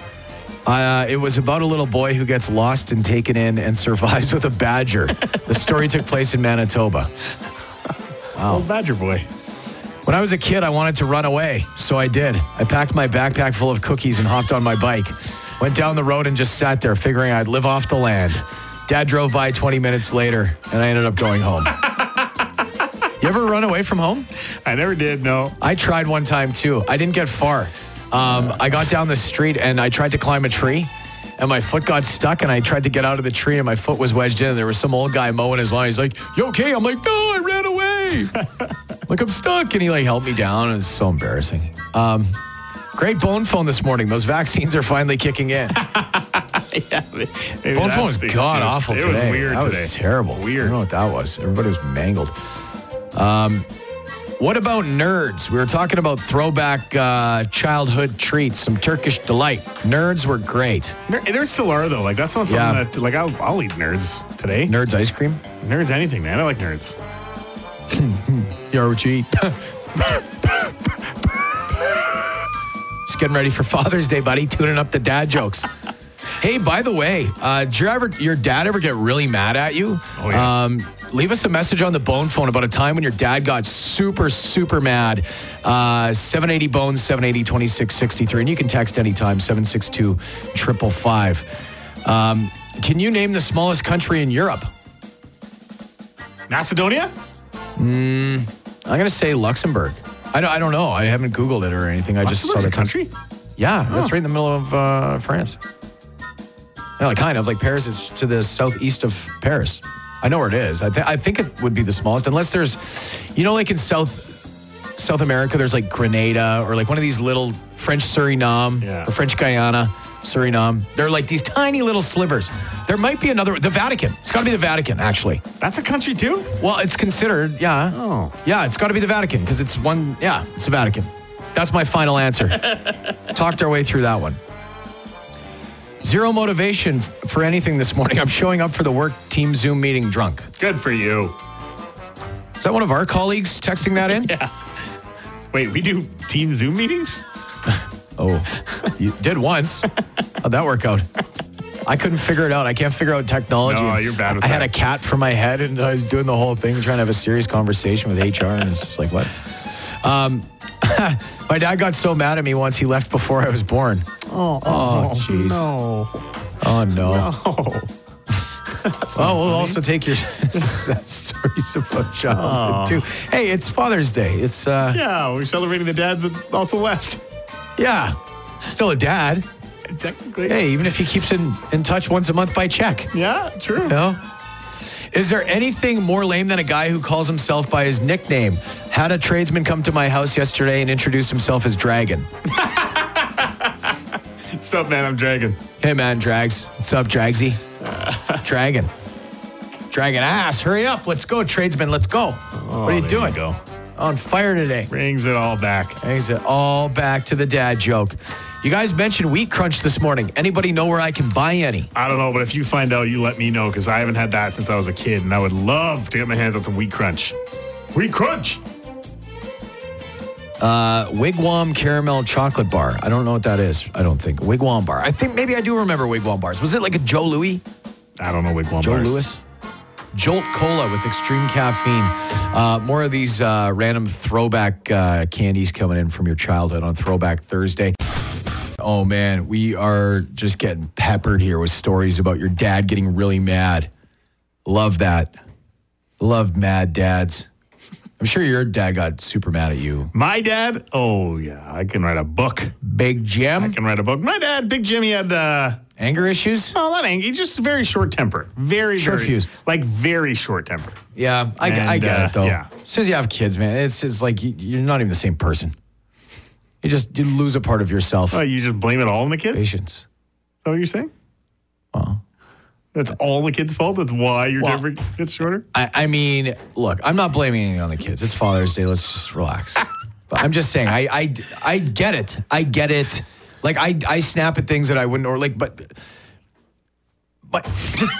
Speaker 3: Uh, it was about a little boy who gets lost and taken in and survives with a badger. the story took place in Manitoba. Wow.
Speaker 4: Old Badger Boy.
Speaker 3: When I was a kid, I wanted to run away, so I did. I packed my backpack full of cookies and hopped on my bike. Went down the road and just sat there, figuring I'd live off the land. Dad drove by 20 minutes later, and I ended up going home. you ever run away from home?
Speaker 4: I never did, no.
Speaker 3: I tried one time too. I didn't get far. Um, I got down the street and I tried to climb a tree. And my foot got stuck, and I tried to get out of the tree, and my foot was wedged in. And there was some old guy mowing his lawn. He's like, "You okay?" I'm like, "No, I ran away." like I'm stuck, and he like helped me down. It was so embarrassing. Um, great bone phone this morning. Those vaccines are finally kicking in.
Speaker 4: Maybe
Speaker 3: Phone
Speaker 4: that's
Speaker 3: phone's
Speaker 4: the
Speaker 3: god awful
Speaker 4: excuse. It
Speaker 3: today.
Speaker 4: was weird
Speaker 3: that
Speaker 4: today.
Speaker 3: was terrible. Weird. I don't know what that was. Everybody was mangled. Um, what about nerds? We were talking about throwback uh, childhood treats, some Turkish delight. Nerds were great.
Speaker 4: Ner- There still are though. Like that's not something
Speaker 3: Yeah.
Speaker 4: that like I'll, I'll eat nerds today.
Speaker 3: Nerds ice cream.
Speaker 4: Nerds anything, man. I like nerds.
Speaker 3: You're what you eat. Just getting ready for Father's Day, buddy. Tuning up the dad jokes. hey, by the way, uh, did your, ever, your dad ever get really mad at you? Oh, yes. Um, leave us a message on the bone phone about a time when your dad got super, super mad. Uh, 780 bones, 780 2663. And you can text anytime, 762 555. Um, Can you name the smallest country in Europe?
Speaker 4: Macedonia?
Speaker 3: Mm, I'm gonna say Luxembourg. I don't, I don't know. I haven't Googled it or anything. I just saw
Speaker 4: Luxembourg's
Speaker 3: the
Speaker 4: a country.
Speaker 3: Yeah,
Speaker 4: Oh.
Speaker 3: that's right in the middle of uh, France. No, like, kind of like Paris is to the southeast of Paris. I know where it is. I, th- I think it would be the smallest, unless there's, you know, like in South South America, there's like Grenada or like one of these little French Suriname or French Guyana, Suriname. They're like these tiny little slivers. There might be another, the Vatican. It's got to be the Vatican, actually.
Speaker 4: That's a country too?
Speaker 3: Well, it's considered, yeah.
Speaker 4: Oh.
Speaker 3: Yeah, it's got to be the Vatican because it's one, yeah, it's the Vatican. That's my final answer. Talked our way through that one. Zero motivation f- for anything this morning. I'm showing up for the work team Zoom meeting drunk.
Speaker 4: Good for you.
Speaker 3: Is that one of our colleagues texting that in? yeah.
Speaker 4: Wait, we do team Zoom meetings?
Speaker 3: oh, you did once. How'd that work out? I couldn't figure it out. I can't figure out technology.
Speaker 4: No, you're bad with
Speaker 3: I had
Speaker 4: that.
Speaker 3: a cat for my head and I was doing the whole thing, trying to have a serious conversation with HR, and it's just like, what? Um, my dad got so mad at me once he left before I was born.
Speaker 4: Oh,
Speaker 3: Oh, jeez. Oh, no. oh, we'll also take your sad stories about childhood,
Speaker 4: Oh.
Speaker 3: too. Hey, it's Father's Day. It's, uh,
Speaker 4: Yeah, we're celebrating the dads that also left.
Speaker 3: yeah, still a dad.
Speaker 4: Technically.
Speaker 3: Hey, even if he keeps in, in touch once a month by check.
Speaker 4: Yeah, true.
Speaker 3: You know? Is there anything more lame than a guy who calls himself by his nickname? Had a tradesman come to my house yesterday and introduced himself as Dragon.
Speaker 4: What's up, man? I'm Dragon.
Speaker 3: Hey, man, Drags. What's up, Dragsy? Dragon. Dragon ass. Hurry up. Let's go, tradesman. Let's go. what are you
Speaker 4: Oh, there
Speaker 3: doing?
Speaker 4: you go.
Speaker 3: On fire today.
Speaker 4: Brings it all back.
Speaker 3: Brings it all back to the dad joke. You guys mentioned Wheat Crunch this morning. Anybody know where I can buy any?
Speaker 4: I don't know, but if you find out, you let me know because I haven't had that since I was a kid, and I would love to get my hands on some wheat crunch. Wheat crunch.
Speaker 3: Uh, Wigwam Caramel Chocolate Bar. I don't know what that is. I don't think. Wigwam Bar. I think maybe I do remember Wigwam Bars. Was it like a Joe Louis?
Speaker 4: I don't know Wigwam
Speaker 3: Joe
Speaker 4: bars.
Speaker 3: Lewis? Jolt Cola with extreme caffeine. Uh, more of these uh, random throwback uh, candies coming in from your childhood on Throwback Thursday. Oh man, we are just getting peppered here with stories about your dad getting really mad. Love that. Love mad dads. I'm sure your dad got super mad at you.
Speaker 4: My dad? Oh yeah, I can write a book.
Speaker 3: Big Jim.
Speaker 4: I can write a book. My dad, Big Jim, he had oh, uh,
Speaker 3: anger issues.
Speaker 4: No, not angry. Just very short temper. Very
Speaker 3: Short
Speaker 4: very,
Speaker 3: fuse.
Speaker 4: Like very short temper.
Speaker 3: Yeah, I,
Speaker 4: And,
Speaker 3: I get
Speaker 4: uh,
Speaker 3: it though.
Speaker 4: yeah.
Speaker 3: As soon as you have kids, man, it's it's like you, you're not even the same person. You just you lose a part of yourself.
Speaker 4: Oh, you just blame it all on the kids. Is
Speaker 3: Patience.
Speaker 4: that what you're saying? That's all the kids' fault. That's why your
Speaker 3: Well-
Speaker 4: temper gets shorter.
Speaker 3: I, I mean, look, I'm not blaming anything on the kids. It's Father's Day. Let's just relax. but I'm just saying, I, I I get it. I get it. Like I I snap at things that I wouldn't or like, but but just,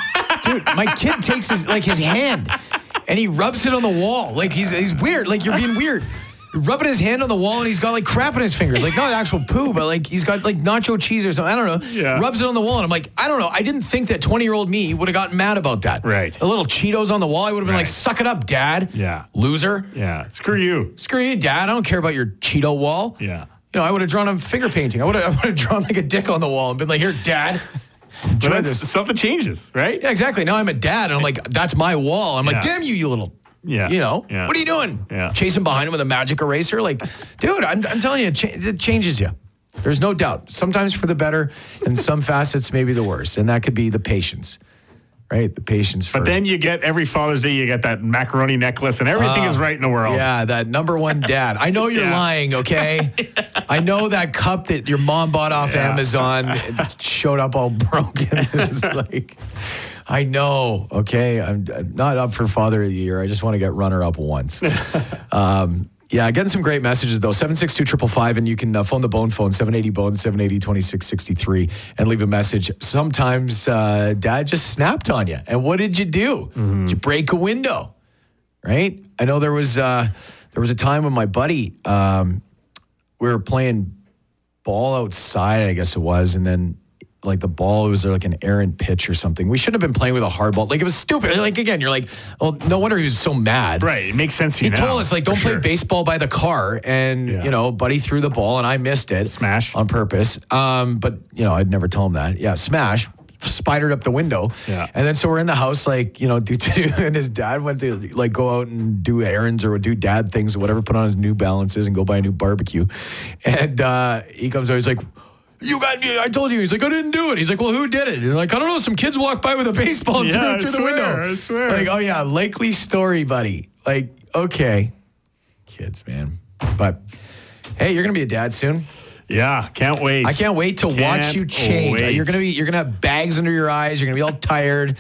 Speaker 3: dude, my kid takes his like his hand and he rubs it on the wall. Like he's he's weird. Like you're being weird. Rubbing his hand on the wall and he's got like crap in his fingers, like not actual poo, but like he's got like nacho cheese or something. I don't know.
Speaker 4: Yeah.
Speaker 3: Rubs it on the wall and I'm like, I don't know. I didn't think that 20 year old me would have gotten mad about that. Right. A little Cheetos on the wall. I would have been like,
Speaker 4: Right.
Speaker 3: suck it up, dad.
Speaker 4: Yeah.
Speaker 3: Loser.
Speaker 4: Yeah. Screw you.
Speaker 3: Screw you, dad. I don't care about your Cheeto wall.
Speaker 4: Yeah.
Speaker 3: You know, I would have drawn a finger painting. I would have I would have drawn like a dick on the wall and been like, here, dad.
Speaker 4: But
Speaker 3: Enjoy
Speaker 4: that's,
Speaker 3: this.
Speaker 4: something changes, right?
Speaker 3: Yeah, exactly. Now I'm a dad, and I'm like, that's my wall. I'm like,
Speaker 4: Yeah.
Speaker 3: damn you, you little.
Speaker 4: Yeah.
Speaker 3: You know,
Speaker 4: Yeah.
Speaker 3: what are you doing?
Speaker 4: Yeah.
Speaker 3: Chasing behind him with a magic eraser? Like, dude, I'm, I'm telling you, it, cha- it changes you. There's no doubt. Sometimes for the better, and some facets, maybe the worst. And that could be the patience, right? The patience for.
Speaker 4: But then you get every Father's Day, you get that macaroni necklace, and everything
Speaker 3: Ah,
Speaker 4: is right in the world.
Speaker 3: Yeah, that number one dad. I know you're
Speaker 4: Yeah.
Speaker 3: lying, okay? I know that cup that your mom bought off
Speaker 4: Yeah.
Speaker 3: Amazon it showed up all broken. it's like, I know, okay? I'm, I'm not up for father of the year. I just want to get runner up once. um, yeah, getting some great messages though. 762 and you can uh, phone the bone phone, 780 bone, 780 2663, and leave a message. Sometimes uh, dad just snapped on you. And what did you do?
Speaker 4: Mm-hmm.
Speaker 3: Did you break a window? right? I know there was uh, there was a time when my buddy um, we were playing ball outside, I guess it was, and then like the ball was like an errant pitch or something. We shouldn't have been playing with a hard ball. Like it was stupid. Like again, you're like, well, no wonder he was so mad.
Speaker 4: Right. It makes sense to
Speaker 3: He
Speaker 4: you now,
Speaker 3: told us like
Speaker 4: for
Speaker 3: don't play
Speaker 4: sure.
Speaker 3: baseball by the car, and
Speaker 4: Yeah.
Speaker 3: you know, buddy threw the ball and I missed it, smash on purpose. Um, but you know, I'd never tell him that. Yeah, smash, spidered up the window.
Speaker 4: Yeah.
Speaker 3: And then so we're in the house, like, you know, do do and his dad went to like go out and do errands or do dad things or whatever, put on his new balances and go buy a new barbecue. And uh, he comes out, he's like, you got me. I told you. He's like, I didn't do it. He's like, well, who did it? And like, I don't know. Some kids walked by with a baseball and
Speaker 4: Yeah,
Speaker 3: threw
Speaker 4: I
Speaker 3: it through
Speaker 4: swear,
Speaker 3: the window.
Speaker 4: I swear.
Speaker 3: Like, oh yeah, likely story, buddy. Like, okay, kids, man. But hey, you're gonna be a dad soon.
Speaker 4: Yeah. Can't wait.
Speaker 3: I can't wait to watch
Speaker 4: Can't
Speaker 3: you change.
Speaker 4: wait.
Speaker 3: You're gonna be you're gonna have bags under your eyes. You're gonna be all tired,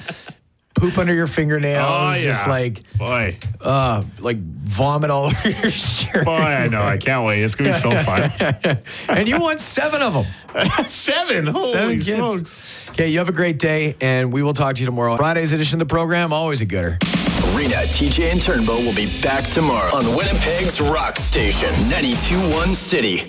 Speaker 3: poop under your fingernails,
Speaker 4: Oh,
Speaker 3: just
Speaker 4: yeah.
Speaker 3: like
Speaker 4: Boy.
Speaker 3: uh like vomit all over your shirt.
Speaker 4: Boy, I know. I can't wait. It's going to be so fun.
Speaker 3: and you want seven of them.
Speaker 4: Seven. Holy
Speaker 3: seven kids.
Speaker 4: smokes.
Speaker 3: Okay, you have a great day, and we will talk to you tomorrow. Friday's edition of the program always a gooder.
Speaker 8: Arena, TJ, and Turnbow will be back tomorrow on Winnipeg's Rock Station, 921 City.